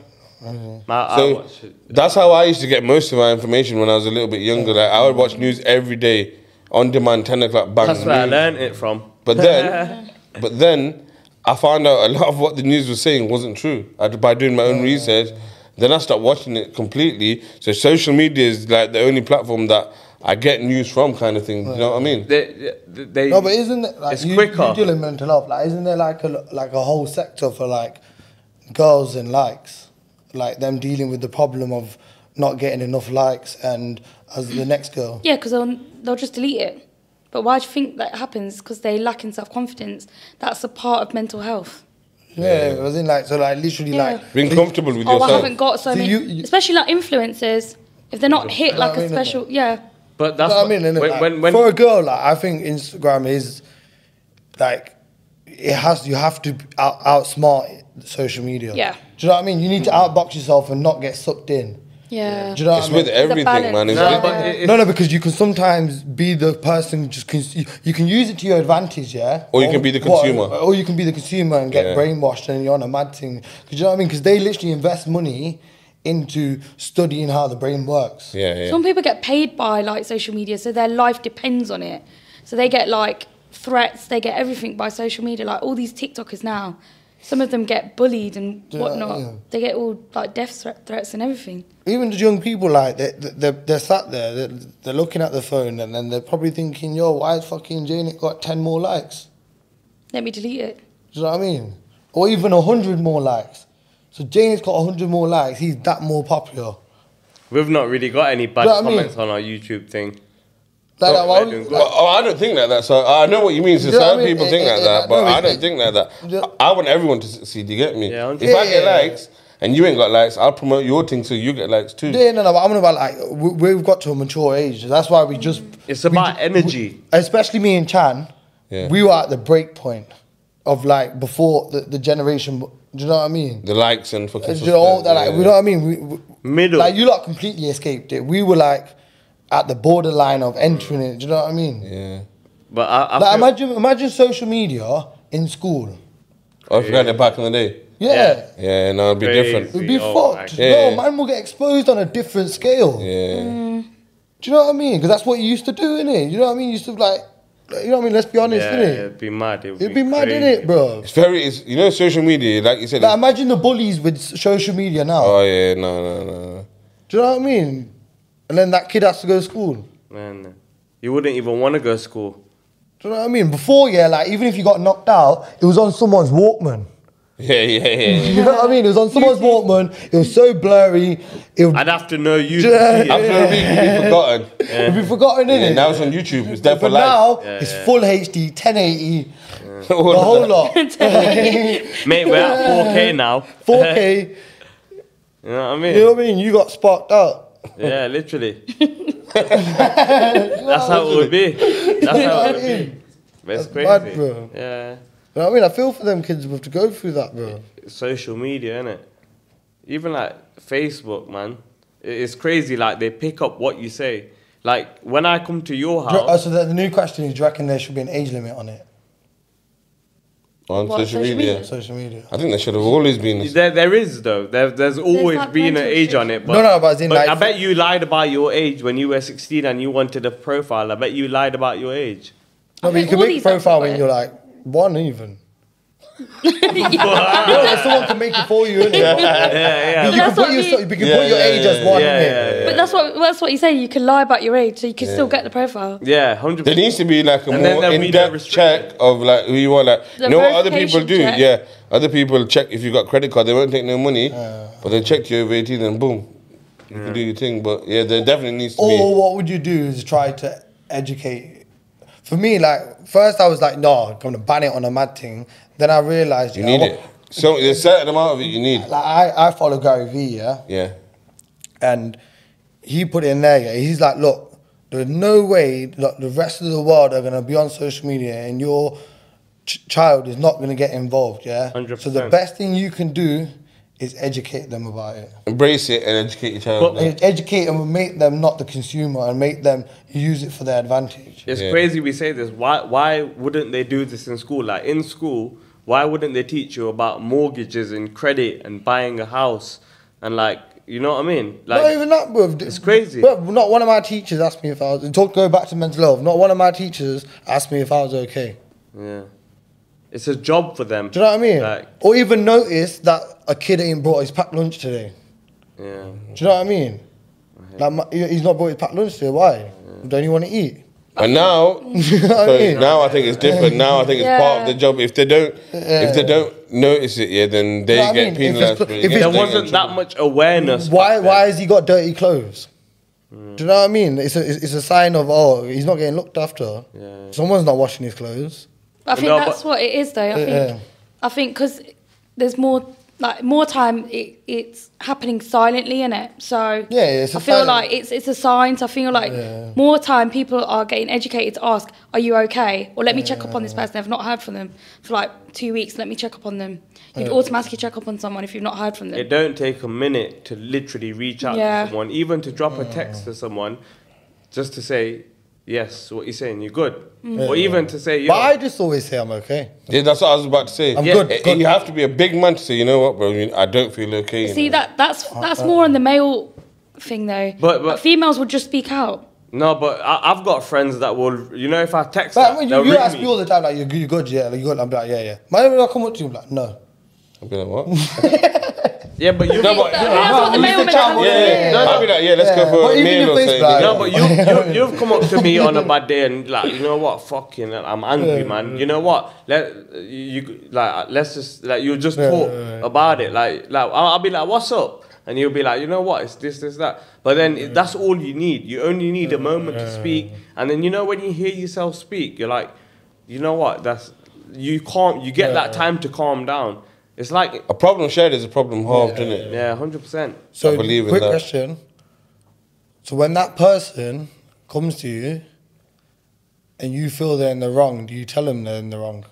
Speaker 3: I, I
Speaker 1: So
Speaker 3: watch it.
Speaker 1: that's how I used to get most of my information when I was a little bit younger. Like I would watch news every day on demand, ten o'clock. Bang.
Speaker 3: That's where I
Speaker 2: Mm.
Speaker 1: news.
Speaker 3: learned it from.
Speaker 1: But then, but then, I found out a lot of what the news was saying wasn't true. I, d- by doing my own research, then I stopped watching it completely. So social media is like the only platform that I get news from, kind of thing. You know what I mean?
Speaker 3: They, they, they-
Speaker 2: No, but isn't it like
Speaker 3: It's
Speaker 2: you,
Speaker 3: quicker.
Speaker 2: you deal in mental health? Like, isn't there like a like a whole sector for like girls and likes? like them dealing with the problem of not getting enough likes and as the next girl.
Speaker 4: Yeah, because they'll, they'll just delete it. But why do you think that happens? Because they lack in self confidence. That's a part of mental health.
Speaker 2: Yeah, I was in like so like literally
Speaker 4: Yeah.
Speaker 2: like
Speaker 1: Being comfortable with
Speaker 4: Oh, I
Speaker 1: yourself.
Speaker 4: haven't got so
Speaker 2: See,
Speaker 4: many.
Speaker 2: you- you-
Speaker 4: especially like influencers, if they're not hit like
Speaker 2: I
Speaker 4: a
Speaker 2: mean,
Speaker 4: special, yeah.
Speaker 3: But that's
Speaker 2: But I
Speaker 3: what-
Speaker 2: mean, innit,
Speaker 3: when,
Speaker 2: like,
Speaker 3: when, when
Speaker 2: for a girl, like I think Instagram is like it has. You have to out, outsmart social media.
Speaker 4: Yeah.
Speaker 2: Do you know what I mean? You need to outbox yourself and not get sucked in.
Speaker 4: Yeah.
Speaker 2: Do you know
Speaker 1: It's
Speaker 2: what I mean?
Speaker 1: with everything,
Speaker 4: balance.
Speaker 1: man. It's
Speaker 4: No,
Speaker 1: with-
Speaker 4: but-
Speaker 3: it-
Speaker 2: no, no, because you can sometimes be the person who just can, you, you can use it to your advantage, yeah.
Speaker 1: Or you can be the
Speaker 2: what-
Speaker 1: consumer.
Speaker 2: or you can be the consumer and get
Speaker 1: Yeah.
Speaker 2: brainwashed and you're on a mad thing. 'Cause you know what I mean? Because they literally invest money into studying how the brain works.
Speaker 1: yeah, yeah.
Speaker 4: Some people get paid by like social media, so their life depends on it. So they get like threats, they get everything by social media. Like all these TikTokers now, some of them get bullied and
Speaker 2: Yeah,
Speaker 4: whatnot.
Speaker 2: yeah.
Speaker 4: They get all like death threat, threats and everything.
Speaker 2: even the young people, like they, they, they're, they're sat there, they're, they're looking at the phone, and then they're probably thinking, "Yo, why has fucking Janet got ten more likes?"
Speaker 4: Let me delete it.
Speaker 2: Do you know what I mean? Or even hundred more likes. So Janet's got hundred more likes. He's that more popular.
Speaker 3: we've not really got any bad
Speaker 2: No, I mean-
Speaker 3: comments on our YouTube thing.
Speaker 2: Like,
Speaker 3: Oh,
Speaker 2: like,
Speaker 3: they're doing
Speaker 2: why-
Speaker 3: good.
Speaker 1: Well, oh, I don't think like that. So I know what you mean. So
Speaker 2: You know what
Speaker 1: some
Speaker 2: I mean?
Speaker 1: people
Speaker 2: Eh,
Speaker 1: think
Speaker 2: eh,
Speaker 1: like
Speaker 2: eh,
Speaker 1: that,
Speaker 2: like,
Speaker 1: but
Speaker 2: no,
Speaker 1: I
Speaker 2: it's-
Speaker 1: don't think like that.
Speaker 2: Yeah.
Speaker 1: I I want everyone to succeed. You get me?
Speaker 3: Yeah,
Speaker 1: if
Speaker 3: hundred
Speaker 1: I
Speaker 2: Yeah,
Speaker 1: get
Speaker 2: yeah, yeah.
Speaker 1: likes and you ain't got likes, I'll promote your thing so you get likes too.
Speaker 2: yeah, no, no. But I'm about like we, we've got to a mature age. That's why we just.
Speaker 3: It's
Speaker 2: we
Speaker 3: about
Speaker 2: ju-
Speaker 3: energy.
Speaker 2: we- especially me and Chan.
Speaker 1: Yeah.
Speaker 2: We were at the break point of like before the, the generation. Do you know what I mean?
Speaker 1: The likes and fucking.
Speaker 2: Do you know all that?
Speaker 1: subscribes,
Speaker 2: Like,
Speaker 1: yeah.
Speaker 2: you know what I mean? We, we,
Speaker 3: Middle.
Speaker 2: Like you lot completely escaped it. We were like at the borderline of entering it. Do you know what I mean?
Speaker 1: Yeah.
Speaker 3: But I, I
Speaker 2: Like
Speaker 3: feel-
Speaker 2: imagine, imagine social media in school.
Speaker 1: Oh, if you got that back in the day.
Speaker 2: Yeah,
Speaker 3: Yeah.
Speaker 1: Yeah, no, it'd be
Speaker 3: Crazy.
Speaker 1: different.
Speaker 2: it'd be
Speaker 3: Oh,
Speaker 2: fucked.
Speaker 1: my
Speaker 2: No,
Speaker 1: God.
Speaker 2: man will get exposed on a different scale.
Speaker 1: Yeah.
Speaker 2: Do you know what I mean? Because that's what you used to do, innit? You know what I mean? You used to like, like, you know what I mean? Let's be honest,
Speaker 3: yeah,
Speaker 2: innit?
Speaker 3: it'd be mad. It'd,
Speaker 2: It'd be mad,
Speaker 3: crazy.
Speaker 2: innit, bro?
Speaker 1: It's very, it's, you know, social media, like you said.
Speaker 2: Like
Speaker 1: it's-
Speaker 2: imagine the bullies with s- social media now.
Speaker 1: oh, yeah, no, no, no. no.
Speaker 2: Do you know what I mean? And then that kid has to go to school.
Speaker 3: Man, you wouldn't even want to go to school.
Speaker 2: Do you know what I mean? Before, yeah, like even if you got knocked out, it was on someone's Walkman.
Speaker 1: Yeah, yeah, yeah.
Speaker 2: You know what I mean? It was on someone's Walkman. It was so blurry. It would,
Speaker 3: I'd have to know you. to
Speaker 2: Yeah.
Speaker 3: see it.
Speaker 1: After a week, you'd be forgotten.
Speaker 2: it'd be forgotten, innit?
Speaker 1: Yeah, now it's on YouTube. It's there
Speaker 2: but
Speaker 1: for life.
Speaker 2: now
Speaker 3: Yeah,
Speaker 2: it's
Speaker 3: yeah.
Speaker 2: full HD, 1080,
Speaker 1: All
Speaker 2: the
Speaker 1: of
Speaker 2: whole
Speaker 1: that.
Speaker 2: lot,
Speaker 3: Mate, we're at 4K now.
Speaker 2: 4K.
Speaker 3: you know what I
Speaker 2: You know
Speaker 3: mean?
Speaker 2: what I mean? You got sparked out.
Speaker 3: Yeah, literally. That's how it would be. That's how it would be. But it's
Speaker 2: That's
Speaker 3: crazy.
Speaker 2: mad, bro.
Speaker 3: Yeah.
Speaker 2: You know what I mean? I feel for them kids who have to go through that, bro.
Speaker 3: Social media, innit? Even like Facebook, man. I- It's crazy. Like they pick up what you say. Like when I come to your
Speaker 2: Do you- oh,
Speaker 3: house,
Speaker 2: so the, the new question is: Do you reckon there should be an age limit on it?
Speaker 1: On
Speaker 4: What,
Speaker 1: social
Speaker 4: social
Speaker 1: media.
Speaker 4: media?
Speaker 2: Social media.
Speaker 1: I think there should have always been.
Speaker 3: there there is though. There, there's always
Speaker 4: like,
Speaker 3: been an
Speaker 4: mental
Speaker 3: age on it. But,
Speaker 2: No, no, but as in, like,
Speaker 3: I
Speaker 2: for-
Speaker 3: bet you lied about your age when you were 16 and you wanted a profile. I bet you lied about your age.
Speaker 2: No,
Speaker 4: I
Speaker 2: but you
Speaker 4: think
Speaker 2: can
Speaker 4: all
Speaker 2: make a
Speaker 4: these apps
Speaker 2: profile
Speaker 4: have got
Speaker 2: when
Speaker 4: it.
Speaker 2: you're like one, even.
Speaker 4: yeah.
Speaker 2: No, like, someone can make it for you, innit?
Speaker 3: Yeah, yeah.
Speaker 2: You
Speaker 4: But
Speaker 2: can
Speaker 4: that's
Speaker 2: put
Speaker 4: what
Speaker 2: your,
Speaker 4: we-
Speaker 2: so- you can
Speaker 1: Yeah,
Speaker 2: put your
Speaker 1: yeah,
Speaker 2: age
Speaker 1: yeah,
Speaker 2: as one,
Speaker 3: yeah,
Speaker 2: innit?
Speaker 3: yeah, yeah.
Speaker 4: But that's what that's what you say. You can lie about your age, so you can still get the profile.
Speaker 3: Yeah, hundred
Speaker 1: There needs
Speaker 3: percent.
Speaker 1: to be like a
Speaker 3: And then
Speaker 1: more
Speaker 3: there'll be
Speaker 1: in
Speaker 3: no
Speaker 1: depth
Speaker 3: restriction.
Speaker 1: check of like who you are. Like,
Speaker 4: The
Speaker 1: you know what other people
Speaker 4: verification
Speaker 1: do?
Speaker 4: check.
Speaker 1: Yeah, other people check if you got credit card. They won't take no money,
Speaker 2: Uh.
Speaker 1: but they check you over eighteen and boom, you can do your thing. But yeah, there definitely needs to
Speaker 2: Or
Speaker 1: be.
Speaker 2: what would you do is try to educate. For me, like first I was like, no, I'm gonna ban it on a mad thing. Then I realized
Speaker 1: You need it. So there's a certain amount of it you need.
Speaker 2: Like I, I follow Gary Vee, yeah,
Speaker 1: Yeah,
Speaker 2: and he put it in there. Yeah, he's like, look, there's no way that the rest of the world are gonna be on social media, and your ch- child is not gonna get involved. Yeah.
Speaker 3: 100%.
Speaker 2: So the best thing you can do is educate them about it.
Speaker 1: embrace it and educate your child.
Speaker 3: But-
Speaker 1: Like,
Speaker 2: Ed- Educate them and make them not the consumer, and make them use it for their advantage.
Speaker 3: It's
Speaker 1: Yeah.
Speaker 3: crazy we say this. Why why wouldn't they do this in school? Like in school, why wouldn't they teach you about mortgages and credit and buying a house and like you know what I mean? Like
Speaker 2: not even that, bro.
Speaker 3: it's crazy.
Speaker 2: Bro, not one of my teachers asked me if I was. Talk, go back to mental health. Not one of my teachers asked me if I was okay.
Speaker 3: Yeah. It's a job for them.
Speaker 2: Do you know what I mean?
Speaker 3: Like
Speaker 2: or even notice that a kid ain't brought his packed lunch today.
Speaker 3: yeah.
Speaker 2: Do you know what I mean? Like, my, he- he's not brought his packed lunch today. Why? Don't you want to eat?
Speaker 4: But
Speaker 1: And now,
Speaker 2: what I
Speaker 1: so
Speaker 2: mean?
Speaker 1: now I think it's different. Now I think it's
Speaker 4: Yeah.
Speaker 1: part of the job. If they don't, if they don't notice it, yeah, then they
Speaker 2: You know what I
Speaker 1: get
Speaker 2: mean? If it's
Speaker 1: penalised.
Speaker 2: pl-
Speaker 1: for it.
Speaker 2: if
Speaker 1: It
Speaker 2: it's-
Speaker 1: gets
Speaker 3: There
Speaker 2: Just
Speaker 1: taken
Speaker 3: wasn't
Speaker 1: into-
Speaker 3: that much awareness.
Speaker 2: Why?
Speaker 3: back
Speaker 2: Why
Speaker 3: then.
Speaker 2: has he got dirty clothes?
Speaker 3: Mm.
Speaker 2: Do you know what I mean? It's a, it's a sign of oh, he's not getting looked after.
Speaker 3: Yeah.
Speaker 2: Someone's not washing his clothes.
Speaker 4: But I think
Speaker 3: No, but-
Speaker 4: that's what it is, though. I think
Speaker 2: yeah.
Speaker 4: I think because there's more like more time, it, it's happening silently in it. So
Speaker 2: Yeah, yeah, it's a
Speaker 4: I feel
Speaker 2: silent-
Speaker 4: like it's it's a sign. So I feel like
Speaker 2: Yeah.
Speaker 4: more time people are getting educated to ask, "Are you okay?" Or let me check up on this person. I've not heard from them for like two weeks. Let me check up on them. You'd automatically check up on someone if you've not heard from them.
Speaker 3: It don't take a minute to literally reach out
Speaker 4: Yeah.
Speaker 3: to someone, even to drop a text to someone, just to say yes, what you're saying, you're good, or even to say
Speaker 2: But I
Speaker 3: yo.
Speaker 2: just always say I'm okay.
Speaker 1: Yeah, that's what I was about to say.
Speaker 2: I'm
Speaker 3: Yeah.
Speaker 2: good.
Speaker 1: Eh,
Speaker 2: good.
Speaker 1: You have to be a big man to say, you know what, bro, you- I don't feel okay. you
Speaker 4: See
Speaker 1: know.
Speaker 4: that that's
Speaker 2: Uh,
Speaker 4: that's more on the male thing though.
Speaker 3: But- but-
Speaker 4: Like, females would just speak out.
Speaker 3: No, but I, I've got friends that will, you know, if I text
Speaker 2: But
Speaker 3: them,
Speaker 2: when
Speaker 3: they'll
Speaker 2: you, you
Speaker 3: ring
Speaker 2: ask
Speaker 3: me.
Speaker 2: me all the time like you you good yeah like, you good I'm like yeah yeah. My name will come up to you I'm like no.
Speaker 1: I'll be like, what?
Speaker 3: Yeah, but you.
Speaker 1: No, but-
Speaker 4: That- that's what the
Speaker 2: you
Speaker 4: male
Speaker 2: can chat
Speaker 4: mentality
Speaker 2: with-
Speaker 4: is.
Speaker 1: yeah,
Speaker 3: no,
Speaker 1: I'll be like, yeah, let's
Speaker 2: yeah.
Speaker 1: go
Speaker 2: But
Speaker 1: for a
Speaker 2: even
Speaker 1: meal
Speaker 2: your
Speaker 1: or something.
Speaker 2: face, bro.
Speaker 1: yeah.
Speaker 3: No, but you, you you've come up to me on a bad day and like you know what, fucking, I'm angry, man. You know what? Let you like let's just like you just
Speaker 2: Yeah,
Speaker 3: talk
Speaker 2: yeah, yeah.
Speaker 3: about it. Like like I'll, I'll be like, what's up? And you'll be like, you know what? It's this, this, that. But then it- that's all you need. You only need a moment to speak, and then you know when you hear yourself speak, you're like, you know what? That's you calm. You get that time to calm down. It's like
Speaker 1: A problem shared is a problem halved, isn't it?
Speaker 3: yeah, hundred percent.
Speaker 2: So
Speaker 1: I believe in
Speaker 2: quick
Speaker 1: that.
Speaker 2: question. So when that person comes to you and you feel they're in the wrong, do you tell them they're in the wrong?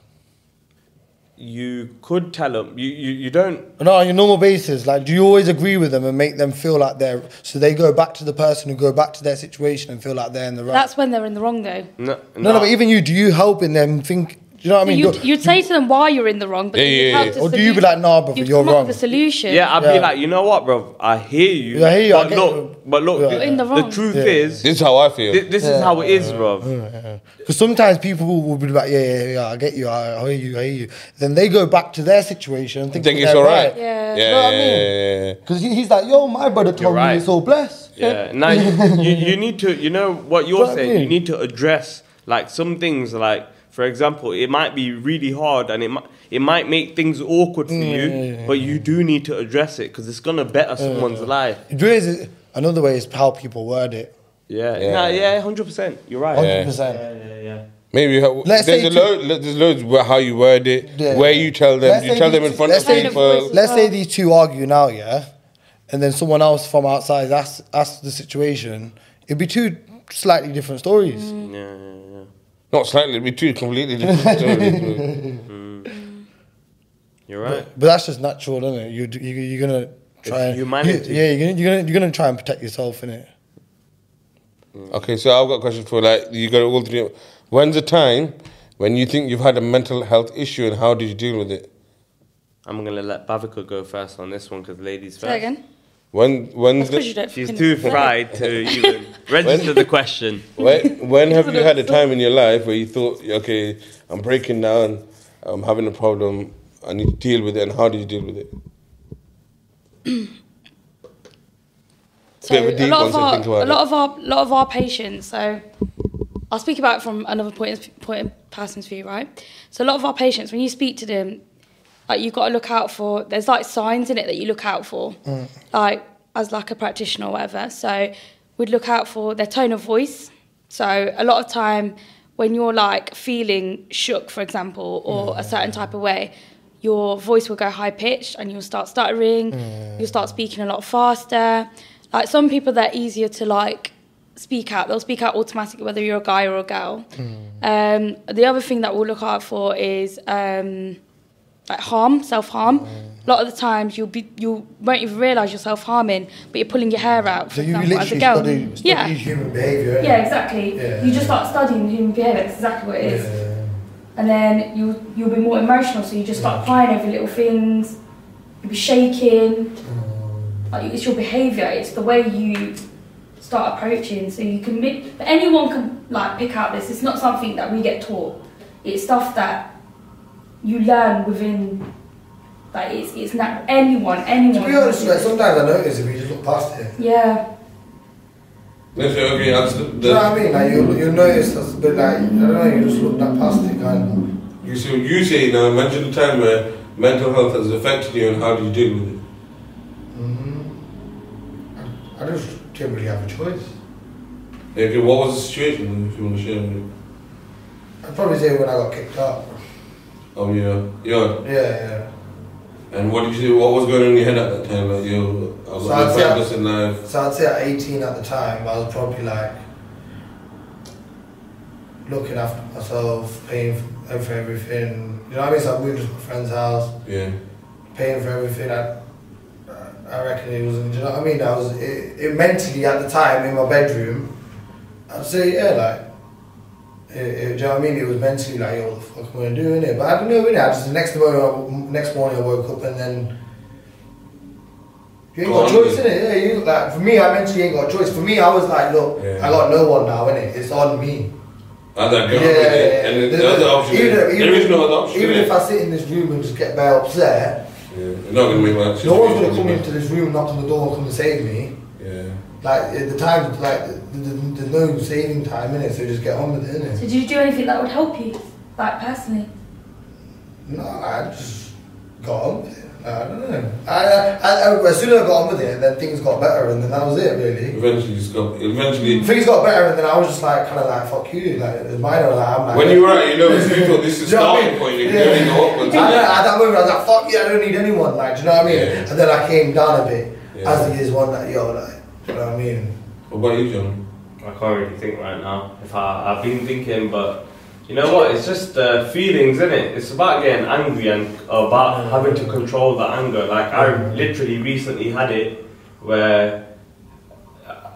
Speaker 3: You could tell them. You you, you don't.
Speaker 2: No, on your normal basis, like, do you always agree with them and make them feel like they're so they go back to the person and go back to their situation and feel like they're in the right?
Speaker 4: That's when they're in the wrong though.
Speaker 3: No,
Speaker 2: no, no, but even you, do you help in them think? Do you know what I mean?
Speaker 4: you'd,
Speaker 2: Do-
Speaker 4: you'd say to them why you're in the wrong, but
Speaker 1: Yeah,
Speaker 4: then you'd
Speaker 1: yeah,
Speaker 4: have
Speaker 1: yeah.
Speaker 4: to
Speaker 2: Or do you be
Speaker 4: solu-
Speaker 2: like, "Nah, brother,
Speaker 4: you'd
Speaker 2: you're
Speaker 4: come up
Speaker 2: wrong."
Speaker 4: with a solution.
Speaker 3: Yeah, I'd be
Speaker 2: Yeah.
Speaker 3: like, you know what, bro? I hear you.
Speaker 2: Yeah, I hear you, I
Speaker 3: But
Speaker 2: get
Speaker 3: look,
Speaker 2: you.
Speaker 3: but look,
Speaker 2: Yeah.
Speaker 4: In the wrong.
Speaker 3: truth
Speaker 2: Yeah.
Speaker 3: is,
Speaker 1: This is how I feel.
Speaker 3: thi- this is how it is, bro.
Speaker 2: Because sometimes people will, will be like, yeah, yeah, yeah, I get you, I, I hear you, I hear you. Then they go back to their situation and
Speaker 1: I
Speaker 2: think,
Speaker 1: think it's
Speaker 2: they're
Speaker 1: all right.
Speaker 4: Yeah.
Speaker 1: Yeah,
Speaker 2: You know what I
Speaker 1: yeah,
Speaker 2: mean?
Speaker 1: yeah, yeah,
Speaker 2: Because he, he's like, yo, my brother told
Speaker 3: right.
Speaker 2: me it's all blessed.
Speaker 3: Yeah. Now you, you, you need to, you know what you're
Speaker 2: What I
Speaker 3: saying. You
Speaker 2: mean.
Speaker 3: need to address like some things, like for example, it might be really hard and it might it might make things awkward for
Speaker 2: Mm,
Speaker 3: you, but you do need to address it because it's gonna better someone's life.
Speaker 2: It is- another way is how people word it.
Speaker 3: Yeah.
Speaker 1: Yeah.
Speaker 3: Nah, yeah, hundred percent. You're right.
Speaker 2: 100%.
Speaker 3: yeah, yeah.
Speaker 1: Maybe how, there's
Speaker 2: Let's say
Speaker 1: a
Speaker 2: to-
Speaker 1: load. lo- There's loads where how you word it,
Speaker 2: Yeah.
Speaker 1: where you tell them.
Speaker 2: Let's
Speaker 1: you
Speaker 2: say
Speaker 1: tell them
Speaker 2: these-
Speaker 1: in front of
Speaker 2: let's say-
Speaker 1: people.
Speaker 4: Let-
Speaker 2: Let's say these two argue now, yeah? And then someone else from outside asks, asks the situation. It'd be two slightly different stories.
Speaker 3: yeah, yeah, yeah.
Speaker 1: Not slightly, it'd be two completely different stories.
Speaker 3: You're right.
Speaker 2: But that's just natural, isn't it? You, you, you're going to try and.
Speaker 3: humanity.
Speaker 2: You, yeah, you're going to you're gonna, you're gonna try and protect yourself, innit?
Speaker 1: bro. okay, so I've got a question for like you got all three. When's the time when you think you've had a mental health issue and how did you deal with it?
Speaker 3: I'm gonna let Bavika go first on this one because ladies first.
Speaker 4: Say that again.
Speaker 1: When when's
Speaker 4: That's 'cause you
Speaker 1: the,
Speaker 4: don't
Speaker 3: She's
Speaker 4: fucking
Speaker 3: too
Speaker 4: say it.
Speaker 3: fried to even register the question.
Speaker 1: when, when have you
Speaker 4: don't
Speaker 1: had a time in your life where you thought, okay, I'm breaking down, I'm having a problem, I need to deal with it, and how do you deal with it?
Speaker 4: So
Speaker 1: Bit of a
Speaker 4: a
Speaker 1: deep
Speaker 4: lot
Speaker 1: one
Speaker 4: of
Speaker 1: to
Speaker 4: our,
Speaker 1: think about
Speaker 4: a lot
Speaker 1: it.
Speaker 4: of our, lot of our patients. So I'll speak about it from another point, of- point of person's view, right? So a lot of our patients, when you speak to them, like you've got to look out for. There's like signs in it that you look out for, like as like a practitioner or whatever. So we'd look out for their tone of voice. So a lot of time when you're like feeling shook, for example, or a certain type of way, your voice will go high pitched and you'll start stuttering. You'll start speaking a lot faster. Like some people, they're easier to like speak out. They'll speak out automatically whether you're a guy or a girl. Um, the other thing that we'll look out for is um, like harm, self harm. A lot of the times you'll be you won't even realise you're self harming, but you're pulling your hair out. For
Speaker 2: So you
Speaker 4: example,
Speaker 2: literally
Speaker 4: as a girl.
Speaker 2: study, study
Speaker 4: yeah.
Speaker 2: human behaviour.
Speaker 4: Yeah, exactly.
Speaker 2: Yeah.
Speaker 4: You just start studying human behaviour. That's exactly
Speaker 2: uh,
Speaker 4: what it is. And then you you'll be more emotional, so you just start crying over little things. You'll be shaking.
Speaker 2: um,
Speaker 4: Like, it's your behaviour. It's the way you start approaching. So you can make but anyone can like pick out this. It's not something that we get taught. It's stuff that you learn within. Like it's it's not anyone anyone.
Speaker 2: sometimes I notice if you just look past it.
Speaker 4: Yeah.
Speaker 1: If they agree, that's the,
Speaker 5: Do you know what
Speaker 1: the,
Speaker 5: I mean? Like you, you notice that's a bit like I don't know. You just look that past it, kind of.
Speaker 1: you see what you say now. Mention the time where mental health has affected you and how do you deal with it.
Speaker 5: I just didn't really have a choice.
Speaker 1: Okay, what was the situation? If you want to share with me.
Speaker 5: I'd probably say when I got kicked out.
Speaker 1: Oh yeah, yeah.
Speaker 5: Yeah, yeah.
Speaker 1: And what did you? What was going on in your head at that time? Like yo, I was
Speaker 5: So I'd
Speaker 1: so
Speaker 5: say I-
Speaker 1: practice in life.
Speaker 5: So I'd say at 18 at the time, I was probably like looking after myself, paying f- for everything. You know what I mean? So I moved to my friend's house,
Speaker 1: Yeah,
Speaker 5: paying for everything. I, I reckon it was, do you know what I mean? I was it, it mentally at the time in my bedroom. I'd say, yeah, like, it, it, do you know what I mean? It was mentally like, yo, what the fuck am I doing it? But I don't know, innit? I just, the next morning, I, next morning I woke up and then you ain't got a
Speaker 1: Gone.
Speaker 5: choice, innit? Yeah, you like for me, I mentally ain't got a choice. For me, I was like, look,
Speaker 1: Yeah.
Speaker 5: I got no one now, innit? It's on me.
Speaker 1: and that girl.
Speaker 5: Yeah, yeah, yeah.
Speaker 1: And the,
Speaker 5: There's
Speaker 1: the other
Speaker 5: no-
Speaker 1: option.
Speaker 5: even
Speaker 1: Even
Speaker 5: if-
Speaker 1: there is
Speaker 5: even-
Speaker 1: no other option.
Speaker 5: Even
Speaker 1: yeah.
Speaker 5: if I sit in this room and just get bare upset,
Speaker 1: yeah, you're not gonna make my.
Speaker 5: no one's gonna
Speaker 1: situation
Speaker 5: come
Speaker 1: better.
Speaker 5: into this room, knock on the door, come and save me.
Speaker 1: Yeah.
Speaker 5: Like at the time, like the- the- there's no saving time in it, so just get on with it,
Speaker 4: So
Speaker 5: innit?
Speaker 4: did you do anything that would help you, like personally?
Speaker 5: No, I just got on with it. I don't know. I, I, I, as soon as I got on with it, then things got better, and then that was it, really.
Speaker 1: Eventually, it's got. Eventually,
Speaker 5: Things got better, and then I was just like, kind of like, fuck you, like, it's mine, or like, I'm like.
Speaker 1: when you were at university, you thought this is
Speaker 5: Do you know what I
Speaker 1: starting
Speaker 5: mean?
Speaker 1: point. You're
Speaker 5: Yeah.
Speaker 1: going to go
Speaker 5: I
Speaker 1: upwards.
Speaker 5: know, at that moment, I was like, fuck you, I don't need anyone, like, do you know what I mean?
Speaker 1: Yeah.
Speaker 5: And then I came down a bit
Speaker 1: Yeah.
Speaker 5: as the years went, like, yo, like, do you know what I mean?
Speaker 1: What about you, John?
Speaker 3: I can't really think right now. If I, I've been thinking, but you know what? It's just uh, feelings, isn't it? It's about getting angry and about having to control the anger. Like I literally recently had it where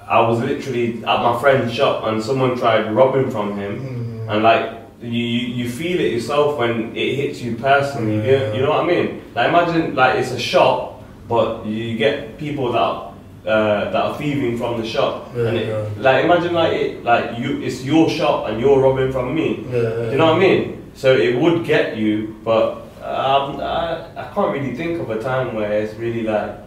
Speaker 3: I was literally at my friend's shop and someone tried robbing from him, and like you, you you feel it yourself when it hits you personally. You, know, you know what I mean? Like imagine like it's a shop, but you get people that are, uh, that are thieving from the shop, and it, like imagine like it like you it's your shop and you're robbing from me. You know what I mean? So it would get you, but um, I, I can't really think of a time where it's really like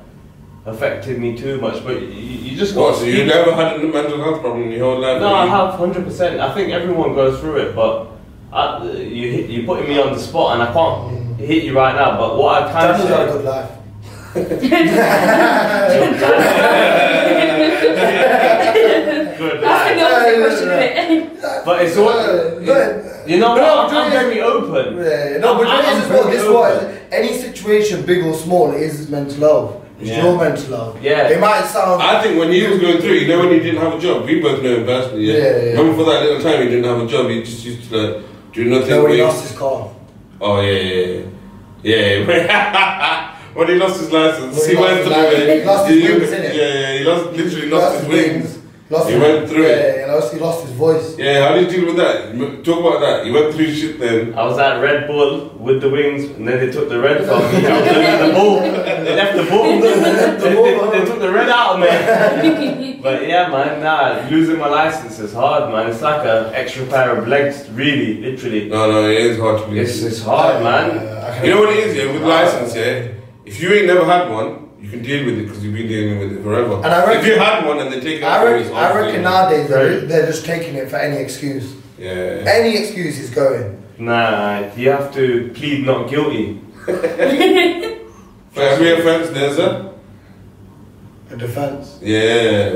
Speaker 3: affected me too much. But you, you just
Speaker 1: What?
Speaker 3: got
Speaker 1: So you never had a mental health problem in your whole life?
Speaker 3: no,
Speaker 1: You-
Speaker 3: I have hundred percent. I think everyone goes through it, but I, you hit, you're putting me on the spot, and I can't hit you right now. But what I can
Speaker 5: Daniel's had a
Speaker 3: say,
Speaker 5: good life.
Speaker 3: good.
Speaker 4: That's the
Speaker 3: right.
Speaker 4: opposite
Speaker 5: yeah,
Speaker 4: question, isn't it?
Speaker 3: But it's all.
Speaker 5: Uh, good.
Speaker 3: you know,
Speaker 5: No,
Speaker 3: what?
Speaker 5: but
Speaker 3: I'm
Speaker 5: it's-
Speaker 3: very open.
Speaker 5: Yeah, no, but
Speaker 3: I'm-
Speaker 5: this is
Speaker 3: I'm
Speaker 5: what
Speaker 3: very
Speaker 5: this
Speaker 3: open.
Speaker 5: was. Any situation, big or small, it is mental health. It's
Speaker 3: Yeah.
Speaker 5: your mental health.
Speaker 3: Yeah.
Speaker 5: It might sound.
Speaker 1: I think when he was going through, you know, when he didn't have a job, we both know him personally. Yeah.
Speaker 5: Yeah, yeah.
Speaker 1: Remember for that little time he didn't have a job, he just used to like do nothing.
Speaker 5: no, he
Speaker 1: wait-
Speaker 5: lost his car.
Speaker 1: Oh yeah, yeah, yeah. yeah. when he lost his license,
Speaker 5: When
Speaker 1: he,
Speaker 5: he
Speaker 1: went
Speaker 5: lost his
Speaker 1: through
Speaker 5: license,
Speaker 1: it.
Speaker 5: he lost his wings,
Speaker 1: Yeah,
Speaker 5: innit?
Speaker 1: yeah. He lost, literally lost, his wings.
Speaker 5: Lost
Speaker 1: He
Speaker 5: his,
Speaker 1: went through
Speaker 5: yeah,
Speaker 1: it.
Speaker 5: Yeah, he lost, he lost his voice.
Speaker 1: Yeah, how do you deal with that? M- Talk about that. You went through shit then.
Speaker 3: I was at Red Bull with the wings, and then they took the red from me. I was left the ball. They left the ball. They, they- they took the red out of me. but yeah, man, nah, losing my license is hard, man. It's like an extra pair of legs, really, literally.
Speaker 1: No, no, it is hard to believe.
Speaker 3: It's, it's hard, man.
Speaker 5: Uh, I
Speaker 1: You know what it is, yeah, with license, yeah? If you ain't never had one, you can deal with it because you've been dealing with it forever.
Speaker 5: And I
Speaker 1: if
Speaker 5: reckon-
Speaker 1: you had one and they take it
Speaker 5: I
Speaker 1: away,
Speaker 5: reckon,
Speaker 1: it's
Speaker 5: I
Speaker 1: hard to
Speaker 5: reckon
Speaker 1: deal
Speaker 5: nowadays they're,
Speaker 3: Right.
Speaker 5: they're just taking it for any excuse.
Speaker 1: with. Yeah.
Speaker 5: Any excuse is going.
Speaker 3: Nah, you have to plead not guilty.
Speaker 1: For every offense, there's a.
Speaker 5: A defense.
Speaker 1: Yeah.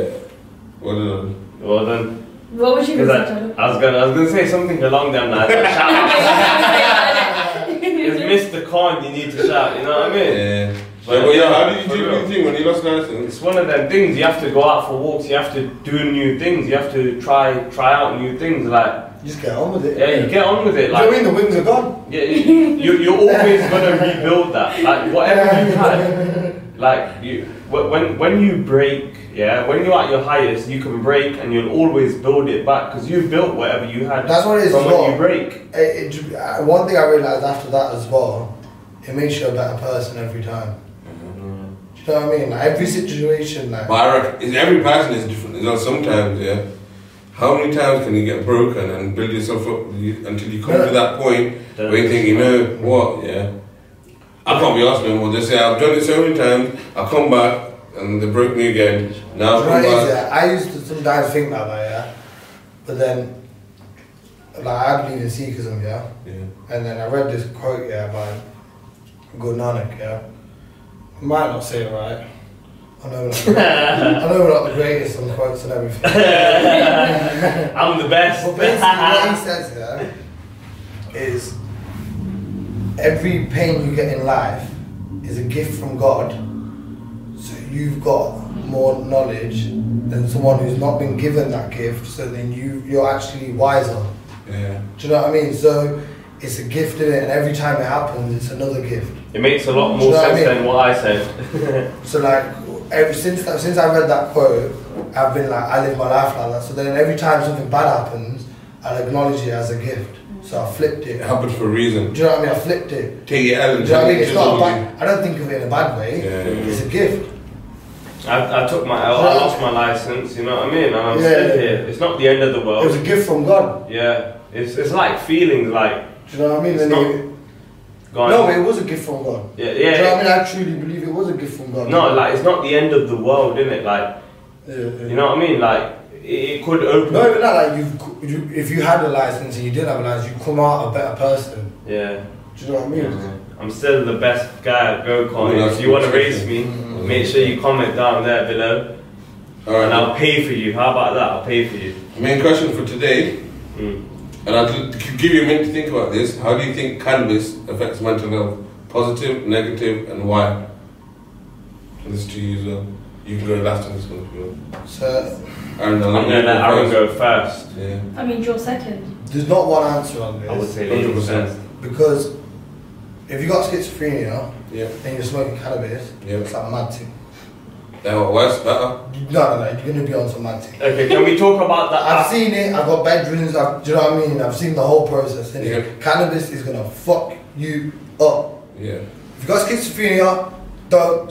Speaker 1: What did
Speaker 3: Well done.
Speaker 4: What would you do?
Speaker 3: Because I, I was gonna, I was gonna say something along them lines. Like, shout out. It's Mr. Khan. You need to shout. You know what I
Speaker 1: I.
Speaker 3: mean?
Speaker 1: Yeah.
Speaker 3: But
Speaker 1: But, but yeah,
Speaker 3: yeah,
Speaker 1: how did you
Speaker 3: for
Speaker 1: deal
Speaker 3: real.
Speaker 1: with the thing when you lost license?
Speaker 3: It's one of them things. You have to go out for walks. You have to do new things. You have to try try out new things. Like
Speaker 5: You just get on with it.
Speaker 3: yeah, you get on with it.
Speaker 5: Do you know what I
Speaker 3: Like
Speaker 5: mean? The wings are gone.
Speaker 3: yeah, you you're always gonna rebuild that. Like whatever you had, like you wh- when when you break, yeah, when you're at your highest, you can break and you'll always build it back because you built whatever you had.
Speaker 5: That's what it is
Speaker 3: From
Speaker 5: as
Speaker 3: when
Speaker 5: well.
Speaker 3: you break.
Speaker 5: It- it- uh, one thing I realized after that as well, it makes you a better person every time. Do you know what I mean? Like, every situation, like
Speaker 1: But I reckon is- every person is different. You know, sometimes, yeah. How many times can you get broken and build yourself up you- until you come to that point where you think, you know what, yeah, I can't be asked no more. They say I've done it so many times. I come back. and they broke me again. Now
Speaker 5: Do
Speaker 1: I've
Speaker 5: you know
Speaker 1: come
Speaker 5: what it is,
Speaker 1: back.
Speaker 5: yeah? I used to sometimes think that way, yeah. But then, like, I believe in Sikhism, yeah.
Speaker 1: Yeah.
Speaker 5: And then I read this quote, yeah, by Guru Nanak, yeah. I might not say it right. I know we're not, I know we're not the greatest on quotes and everything.
Speaker 3: I'm the best.
Speaker 5: But basically, what he says there is every pain you get in life is a gift from God. So you've got more knowledge than someone who's not been given that gift. So then you you're actually wiser.
Speaker 1: Yeah.
Speaker 5: Do you know what I mean? So it's a gift in it, and every time it happens, it's another gift.
Speaker 3: It makes a lot
Speaker 5: Do you
Speaker 3: more
Speaker 5: know what I
Speaker 3: sense than
Speaker 5: mean?
Speaker 3: what I said.
Speaker 5: So like ever since that, since I read that quote, I've been like I live my life like that. So then every time something bad happens, I'll acknowledge it as a gift. So I flipped it.
Speaker 1: It happened for a reason.
Speaker 5: Do you know what I mean? I flipped it.
Speaker 1: Take it out
Speaker 5: Do
Speaker 1: and
Speaker 5: you know what I mean? It's
Speaker 1: just
Speaker 5: not a
Speaker 1: all
Speaker 5: bad, I don't think of it in a bad way.
Speaker 1: Yeah, yeah, yeah.
Speaker 5: It's a gift.
Speaker 3: I, I took my L, I lost my license, you know what I mean? And I'm
Speaker 5: Yeah,
Speaker 3: still
Speaker 5: yeah.
Speaker 3: here. It's not the end of the
Speaker 5: It was
Speaker 3: world.
Speaker 5: a gift from God.
Speaker 3: Yeah. It's, it's like feelings like
Speaker 5: Do you know what I mean?
Speaker 3: It's
Speaker 5: And
Speaker 3: not-
Speaker 5: it-
Speaker 3: going.
Speaker 5: no, it was a gift from God.
Speaker 3: yeah,
Speaker 5: Do you know what
Speaker 3: yeah.
Speaker 5: I mean? I truly believe it was a gift from God.
Speaker 3: No, like it's not the end of the world, innit? Like,
Speaker 5: Yeah, yeah.
Speaker 3: you know what I mean? Like, it, it could open.
Speaker 5: No, even that, like you, you, if you had a license and you didn't have a license, you come out a better person.
Speaker 3: Yeah.
Speaker 5: Do you know what I mean?
Speaker 3: I'm still the best guy at go
Speaker 1: Oh,
Speaker 3: kart.
Speaker 1: that's Mm.
Speaker 3: If you want to
Speaker 1: good.
Speaker 3: race me, make sure you comment down there below, and
Speaker 1: Alright,
Speaker 3: I'll pay for you. How about that? I'll pay for you.
Speaker 1: main question for today,
Speaker 3: Mm.
Speaker 1: and I'll g- give you a minute to think about this. How do you think cannabis affects mental health? Positive, negative, and why? And This is to you as well. You can go last on this one if you want.
Speaker 5: So
Speaker 1: Aaron, I'll
Speaker 3: I'm
Speaker 1: let you
Speaker 3: gonna let
Speaker 1: go
Speaker 3: Aaron
Speaker 1: first.
Speaker 3: go first.
Speaker 1: Yeah.
Speaker 4: I mean, you're second.
Speaker 5: there's not one answer on
Speaker 3: I would
Speaker 5: this
Speaker 3: say
Speaker 1: 100%.
Speaker 3: ladies first.
Speaker 5: because if you got schizophrenia
Speaker 1: Yeah.
Speaker 5: and you're smoking cannabis,
Speaker 1: Yeah.
Speaker 5: it's like mad thing.
Speaker 1: Now, worse, better.
Speaker 5: No, no, no, you're gonna be on some mad thing.
Speaker 3: Okay, can we talk about that?
Speaker 5: I've seen it. I've got bedrooms. I've, do you know what I mean? I've seen the whole process. innit?
Speaker 1: Yeah.
Speaker 5: Cannabis is gonna fuck you up.
Speaker 1: Yeah.
Speaker 5: If you got schizophrenia, don't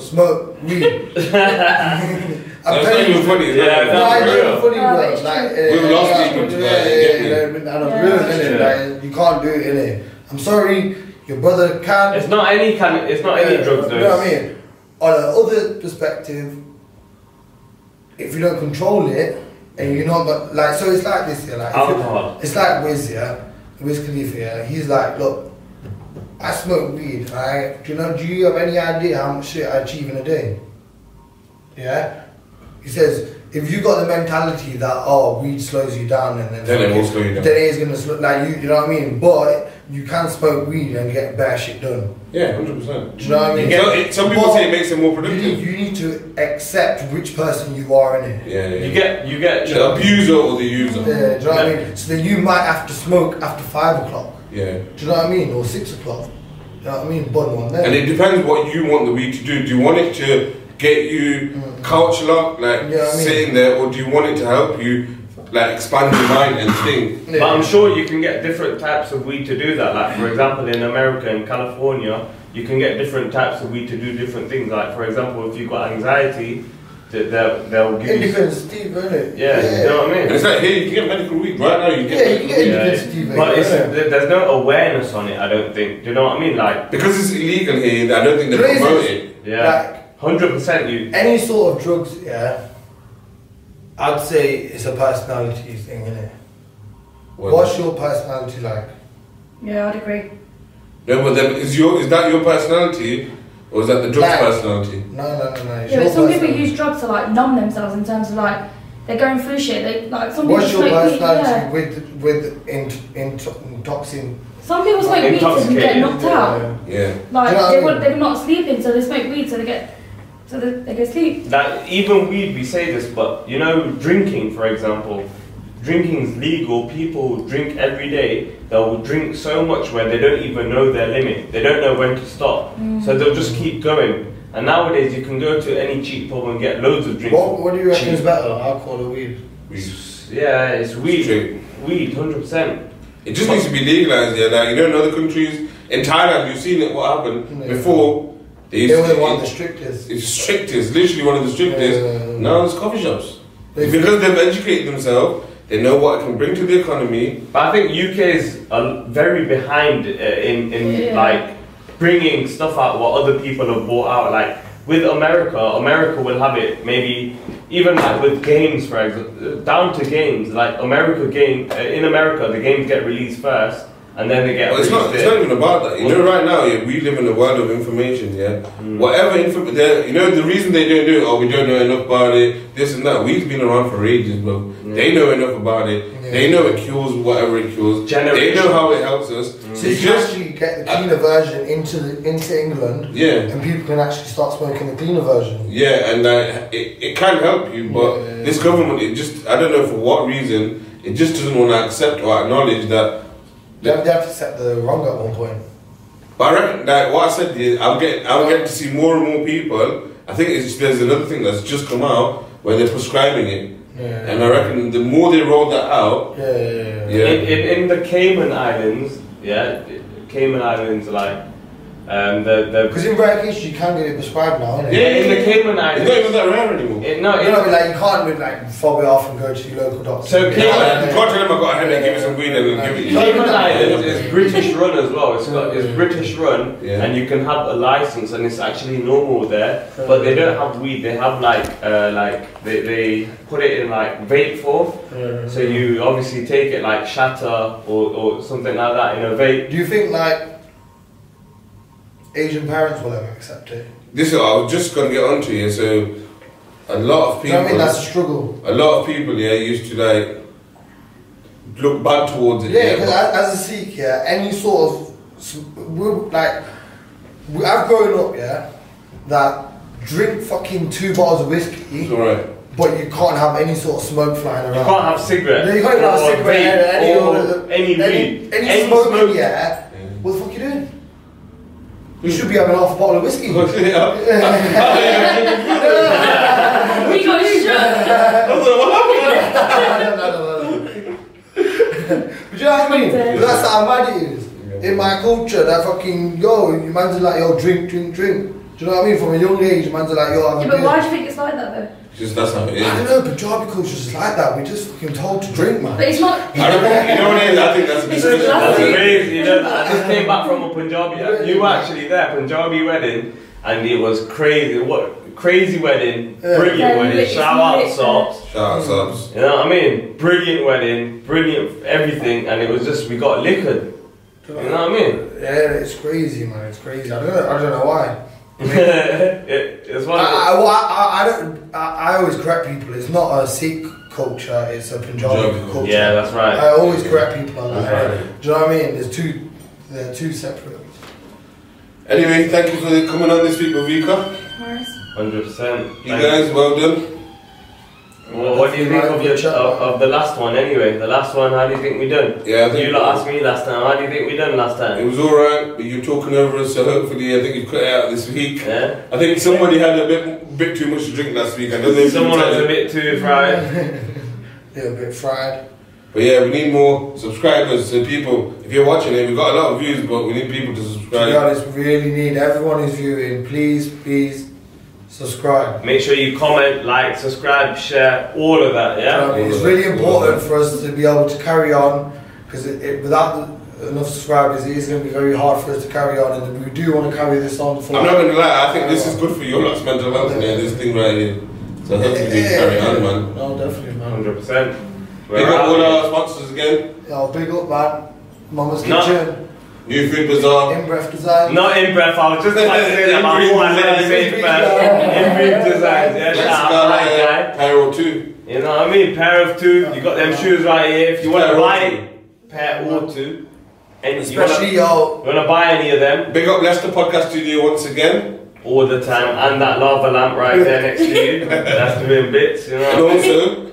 Speaker 5: smoke weed. I'm
Speaker 1: That's not
Speaker 5: telling you.
Speaker 1: even funny. It's
Speaker 3: Yeah,
Speaker 1: not even
Speaker 5: No, I
Speaker 1: funny.
Speaker 3: that's real.
Speaker 5: don't fully
Speaker 4: Yeah,
Speaker 5: work,
Speaker 4: Oh, it's true.
Speaker 5: like, uh,
Speaker 1: We've lost
Speaker 5: yeah,
Speaker 1: people,
Speaker 5: yeah,
Speaker 1: but
Speaker 5: yeah,
Speaker 1: get me.
Speaker 5: yeah, and I'm
Speaker 4: Yeah.
Speaker 5: real,
Speaker 4: That's
Speaker 5: innit,
Speaker 3: true.
Speaker 5: like, you can't do it, innit? I'm sorry, your brother can.
Speaker 3: It's not any kind. Of, it's not
Speaker 5: Yeah,
Speaker 3: any drugs though.
Speaker 5: You know what I mean? On another perspective, if you don't control it, and you know, but like, so it's like this, yeah, like, if you-
Speaker 3: Alcohol.
Speaker 5: it's like Wiz, yeah, Wiz Khalifa, yeah, he's like, look, I smoke weed, right? Do you know, do you have any idea how much shit I achieve in a day? Yeah? He says, if you got the mentality that, oh, weed slows you down and then,
Speaker 1: Then it will slow you down.
Speaker 5: Then it is going to slow, like, you, you know what I mean? But you can smoke weed and get bad shit done.
Speaker 1: Yeah, hundred percent.
Speaker 5: Do you know what I mean?
Speaker 1: So, it- some people
Speaker 5: But-
Speaker 1: say it makes them more
Speaker 5: you need,
Speaker 1: productive.
Speaker 5: you need to accept which person you are in it.
Speaker 1: Yeah, yeah.
Speaker 3: You get. You get.
Speaker 1: the abuser or the user.
Speaker 5: Yeah, do you know what I mean? So then you might have to smoke after five o'clock.
Speaker 1: Yeah.
Speaker 5: Do you know what I mean? Or six o'clock. Do you know what I mean? Bun one there.
Speaker 1: And it depends what you want the weed to do. Do you want it to get you couch locked, like
Speaker 5: Mm. Yeah, I mean-
Speaker 1: sitting there, or do you want it to help you, like expand your mind and think?
Speaker 5: Yeah.
Speaker 3: But I'm sure you can get different types of weed to do that. Like for example, in America, in California, you can get different types of weed to do different things. Like for example, if you've got anxiety, th- they'll they'll give you.
Speaker 5: Indican Steve, isn't it?
Speaker 3: Yeah, you know what I
Speaker 1: And
Speaker 3: mean.
Speaker 1: it's like here, you can get medical weed right now. You
Speaker 5: Yeah, you
Speaker 1: get
Speaker 5: can
Speaker 1: medical
Speaker 5: get
Speaker 1: weed.
Speaker 5: Indican
Speaker 3: Yeah.
Speaker 5: Steve.
Speaker 3: But it's,
Speaker 5: innit?
Speaker 3: there- there's no awareness on it. I don't think. Do you know what I mean? Like,
Speaker 1: because it's illegal here. I don't think they
Speaker 5: There is
Speaker 1: promote
Speaker 5: this-
Speaker 1: it.
Speaker 3: yeah, hundred percent. You
Speaker 5: Any sort of drugs, yeah, I'd say it's a personality thing, innit?
Speaker 1: Well,
Speaker 5: What's your personality like?
Speaker 4: Yeah, I'd agree.
Speaker 1: No, but then is your is that your personality, or is that the drug's
Speaker 5: Like-
Speaker 1: personality?
Speaker 5: No, no, no, no. It's
Speaker 4: Yeah,
Speaker 5: your
Speaker 4: but some people
Speaker 5: personality.
Speaker 4: use drugs to like numb themselves in terms of like they're going through shit. They like some
Speaker 5: What's
Speaker 4: people
Speaker 5: your
Speaker 4: smoke weed.
Speaker 5: personality
Speaker 4: Yeah.
Speaker 5: with with int, int, toxin?
Speaker 4: Some people smoke weed to get
Speaker 3: Intoxicated.
Speaker 4: knocked out.
Speaker 1: Yeah.
Speaker 4: Like
Speaker 5: Do you know what I
Speaker 4: they
Speaker 5: mean?
Speaker 4: want, they're not sleeping, so they smoke weed, so they get, so they, they go sleep.
Speaker 3: Like even weed, we say this, but you know, drinking, for example, drinking's legal. People drink every day. They will drink so much where they don't even know their limit. They don't know when to stop, so they'll just keep going. And nowadays, you can go to any cheap pub and get loads of drinks.
Speaker 5: What, what do you reckon is
Speaker 3: Cheap.
Speaker 5: better, alcohol or weed?
Speaker 1: We-
Speaker 3: Yeah, it's weed.
Speaker 1: Straight.
Speaker 3: Weed, hundred percent.
Speaker 1: It just needs to be legalized, yeah. Like you know, in other countries, in Thailand, you've seen it. What happened
Speaker 5: Yeah.
Speaker 1: before? They
Speaker 5: They
Speaker 1: used
Speaker 5: only
Speaker 1: to-
Speaker 5: want the strictest.
Speaker 1: It's strictest, literally one of the strictest.
Speaker 5: Yeah, yeah, yeah.
Speaker 1: Now it's coffee shops.
Speaker 5: They-
Speaker 1: because they've educated themselves, they know what it can bring to the economy.
Speaker 3: But I think UK is uh, very behind uh, in in
Speaker 4: Yeah.
Speaker 3: like bringing stuff out what other people have bought out. Like with America, America will have it. Maybe even like with games, for example, down to games. Like America game uh, in America, the games get released first, and then they get.
Speaker 1: Well, it's
Speaker 3: released
Speaker 1: not. It's
Speaker 3: here.
Speaker 1: not even about that. You know, right now, yeah, we live in a world of information. Yeah, whatever information. You know, the reason they don't do it, or we don't know enough about it, this and that. We've been around for ages, bro. They know enough about it. They know it cures whatever it cures. They know how it helps us.
Speaker 5: So you
Speaker 1: It's
Speaker 5: can
Speaker 1: just
Speaker 5: actually get the cleaner version into the, into England,
Speaker 1: Yeah.
Speaker 5: and people can actually start smoking the cleaner version.
Speaker 1: Yeah, and uh, it, it can help you, but
Speaker 5: Yeah.
Speaker 1: this government, it just, I don't know for what reason, it just doesn't want to accept or acknowledge that.
Speaker 5: They have, they have to set the wrong at one point.
Speaker 1: But I reckon that what I said is, I'm getting, I'm getting to see more and more people. I think it's, there's another thing that's just come out where they're prescribing it.
Speaker 5: Yeah.
Speaker 1: And I reckon the more they roll that out,
Speaker 5: Yeah, yeah, yeah.
Speaker 1: Yeah.
Speaker 3: In, in, in the Cayman Islands, yeah, Cayman Islands, like, um, the,
Speaker 5: Because
Speaker 3: the
Speaker 5: in rare cases you can get it prescribed now, innit?
Speaker 3: yeah, in the
Speaker 1: it's
Speaker 3: Cayman
Speaker 1: not even
Speaker 3: Islands,
Speaker 1: that rare anymore.
Speaker 3: it, no,
Speaker 5: You know,
Speaker 3: it,
Speaker 5: like you can't really like fob it off and go to your local doctor.
Speaker 3: So
Speaker 1: You
Speaker 3: can-
Speaker 1: know, like, you can't tell them I got a headache, give me some weed and they'll give it to you.
Speaker 3: Cayman Islands is British run as well. It's got it's British run,
Speaker 1: Yeah.
Speaker 3: and you can have a license, and it's actually normal there. But they don't have weed. They have like uh, like they, they put it in like vape form. So you obviously take it like shatter or, or something like that in a vape.
Speaker 5: Do you think like Asian parents will ever accept it?
Speaker 1: This is, I was just going to get onto you, so a lot of
Speaker 5: Do you
Speaker 1: people.
Speaker 5: know what I mean? That's a struggle.
Speaker 1: a lot of people yeah used to like look bad towards it.
Speaker 5: Yeah, because
Speaker 1: but-
Speaker 5: as a Sikh, yeah, any sort of s- we'll, like we- I've grown up, yeah, that drink fucking two bottles of
Speaker 1: it's
Speaker 5: whiskey,
Speaker 1: alright.
Speaker 5: but you can't have any sort of smoke flying
Speaker 3: You
Speaker 5: around.
Speaker 3: can't have cigarette.
Speaker 5: Yeah, you can't even have
Speaker 3: or
Speaker 5: a
Speaker 3: vape
Speaker 5: cigarette any,
Speaker 3: or
Speaker 5: other-
Speaker 3: any
Speaker 5: any,
Speaker 3: weed.
Speaker 5: any,
Speaker 3: Any
Speaker 5: smoking,
Speaker 3: smoke.
Speaker 5: yeah. What the fuck you doing? You should be having half a bottle of whiskey.
Speaker 1: Yeah.
Speaker 4: we got shut.
Speaker 5: no, no, no, no, no. but you know what I mean? That's how mad it is. In my culture, that fucking yo, you man's are like yo, drink, drink, drink. Do you know what I mean? From a young age, man's are like yo, I'm
Speaker 6: Yeah, but why do you think it's like that though?
Speaker 1: Just that's how it
Speaker 5: I don't
Speaker 1: is.
Speaker 5: know, Punjabi culture's just like that. We're just fucking told to drink, man.
Speaker 6: But it's not.
Speaker 1: I don't know, you know what it is? I think that's a
Speaker 6: It's
Speaker 1: decision.
Speaker 6: just-
Speaker 3: That's
Speaker 6: Yeah.
Speaker 3: crazy. You know, I just came back from a Punjabi. You were actually there, Punjabi wedding, and it was crazy. What crazy wedding, brilliant
Speaker 6: Yeah,
Speaker 3: wedding.
Speaker 6: it's
Speaker 3: Shout out
Speaker 6: lit.
Speaker 3: Sops.
Speaker 1: Shout out subs.
Speaker 3: You know what I mean? Brilliant wedding, brilliant everything, and it was just we got liquored. You know what I mean?
Speaker 5: Yeah, it's crazy, man. It's crazy. I don't know. I don't know why.
Speaker 3: it, it's
Speaker 5: I,
Speaker 3: one. Of the,
Speaker 5: I, well, I, I don't. I, I always correct people. It's not a Sikh culture. It's a Punjabi
Speaker 1: Punjabi.
Speaker 5: culture.
Speaker 3: yeah, that's
Speaker 5: I
Speaker 3: right.
Speaker 5: always correct people on that.
Speaker 1: That's
Speaker 5: Do you know what I mean? There's two, they're two separate.
Speaker 1: Anyway, thank you for coming on this week with Vika.
Speaker 3: Hundred percent.
Speaker 1: You guys, well done.
Speaker 3: Well, what do you think of, your, of, of the last one anyway? The last one, how do you think we done?
Speaker 1: Yeah, I think-
Speaker 3: you lot asked me last time. How do you think we done last
Speaker 1: It
Speaker 3: time?
Speaker 1: was alright, but you're talking over us, so hopefully I think you cut it out this week.
Speaker 3: Yeah.
Speaker 1: I think somebody had a bit bit too much to drink last week. I don't know if you
Speaker 3: Someone
Speaker 1: can
Speaker 3: was
Speaker 1: tell it.
Speaker 3: a bit too fried.
Speaker 5: They're a bit fried.
Speaker 1: But yeah, we need more subscribers. So people, if you're watching it, we got a lot of views, but we need people to
Speaker 5: To be
Speaker 1: subscribe.
Speaker 5: honest, we really need everyone who's viewing. Please, please subscribe.
Speaker 3: Make sure you comment, like, subscribe, share, all of that, yeah?
Speaker 5: Um, it's really important for us to be able to carry on because it, it, without enough subscribers, it is going to be very hard for us to carry on, and we do want to carry this on for.
Speaker 1: I'm not gonna lie, I think this is good for your lot's mental health, yeah, this thing right here. So hopefully we can carry on, man.
Speaker 5: No, definitely, man.
Speaker 3: 100%.
Speaker 1: Big
Speaker 3: We're
Speaker 1: up
Speaker 3: out
Speaker 1: all
Speaker 3: here.
Speaker 1: our sponsors again.
Speaker 5: Yo, big up, man. Mama's
Speaker 3: No.
Speaker 5: kitchen,
Speaker 1: New Food Bazaar.
Speaker 5: in breath design.
Speaker 3: Not in breath, I was just about to say that, but what I said is in breath. In breath designs, yeah,
Speaker 1: Lexica,
Speaker 3: shout out that
Speaker 1: uh,
Speaker 3: guy.
Speaker 1: Pyro 2.
Speaker 3: You know what I mean? Pair of two, you got them shoes right here. If you want to
Speaker 1: Pair or
Speaker 3: buy pair or two, and you want
Speaker 5: Especially
Speaker 3: to
Speaker 5: yo,
Speaker 3: want to buy any of them,
Speaker 1: Big up Leicester Podcast Studio once again.
Speaker 3: all the time, and that lava lamp right there next to you, that's doing bits, you know what I
Speaker 1: And
Speaker 3: mean?
Speaker 1: also,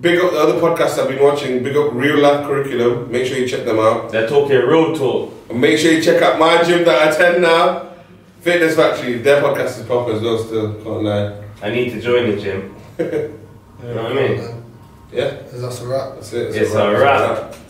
Speaker 1: big up the other podcasts I've been watching. Big up Real Life Curriculum. Make sure you check them out.
Speaker 3: They're talking real talk.
Speaker 1: And make sure you check out my gym that I attend now. Fitness Factory. Their podcast is proper as well still. Can't lie.
Speaker 3: I need to join the gym. you know what I mean?
Speaker 1: Yeah,
Speaker 5: that's a wrap.
Speaker 1: that's it.
Speaker 3: It's
Speaker 1: a wrap.
Speaker 3: a wrap.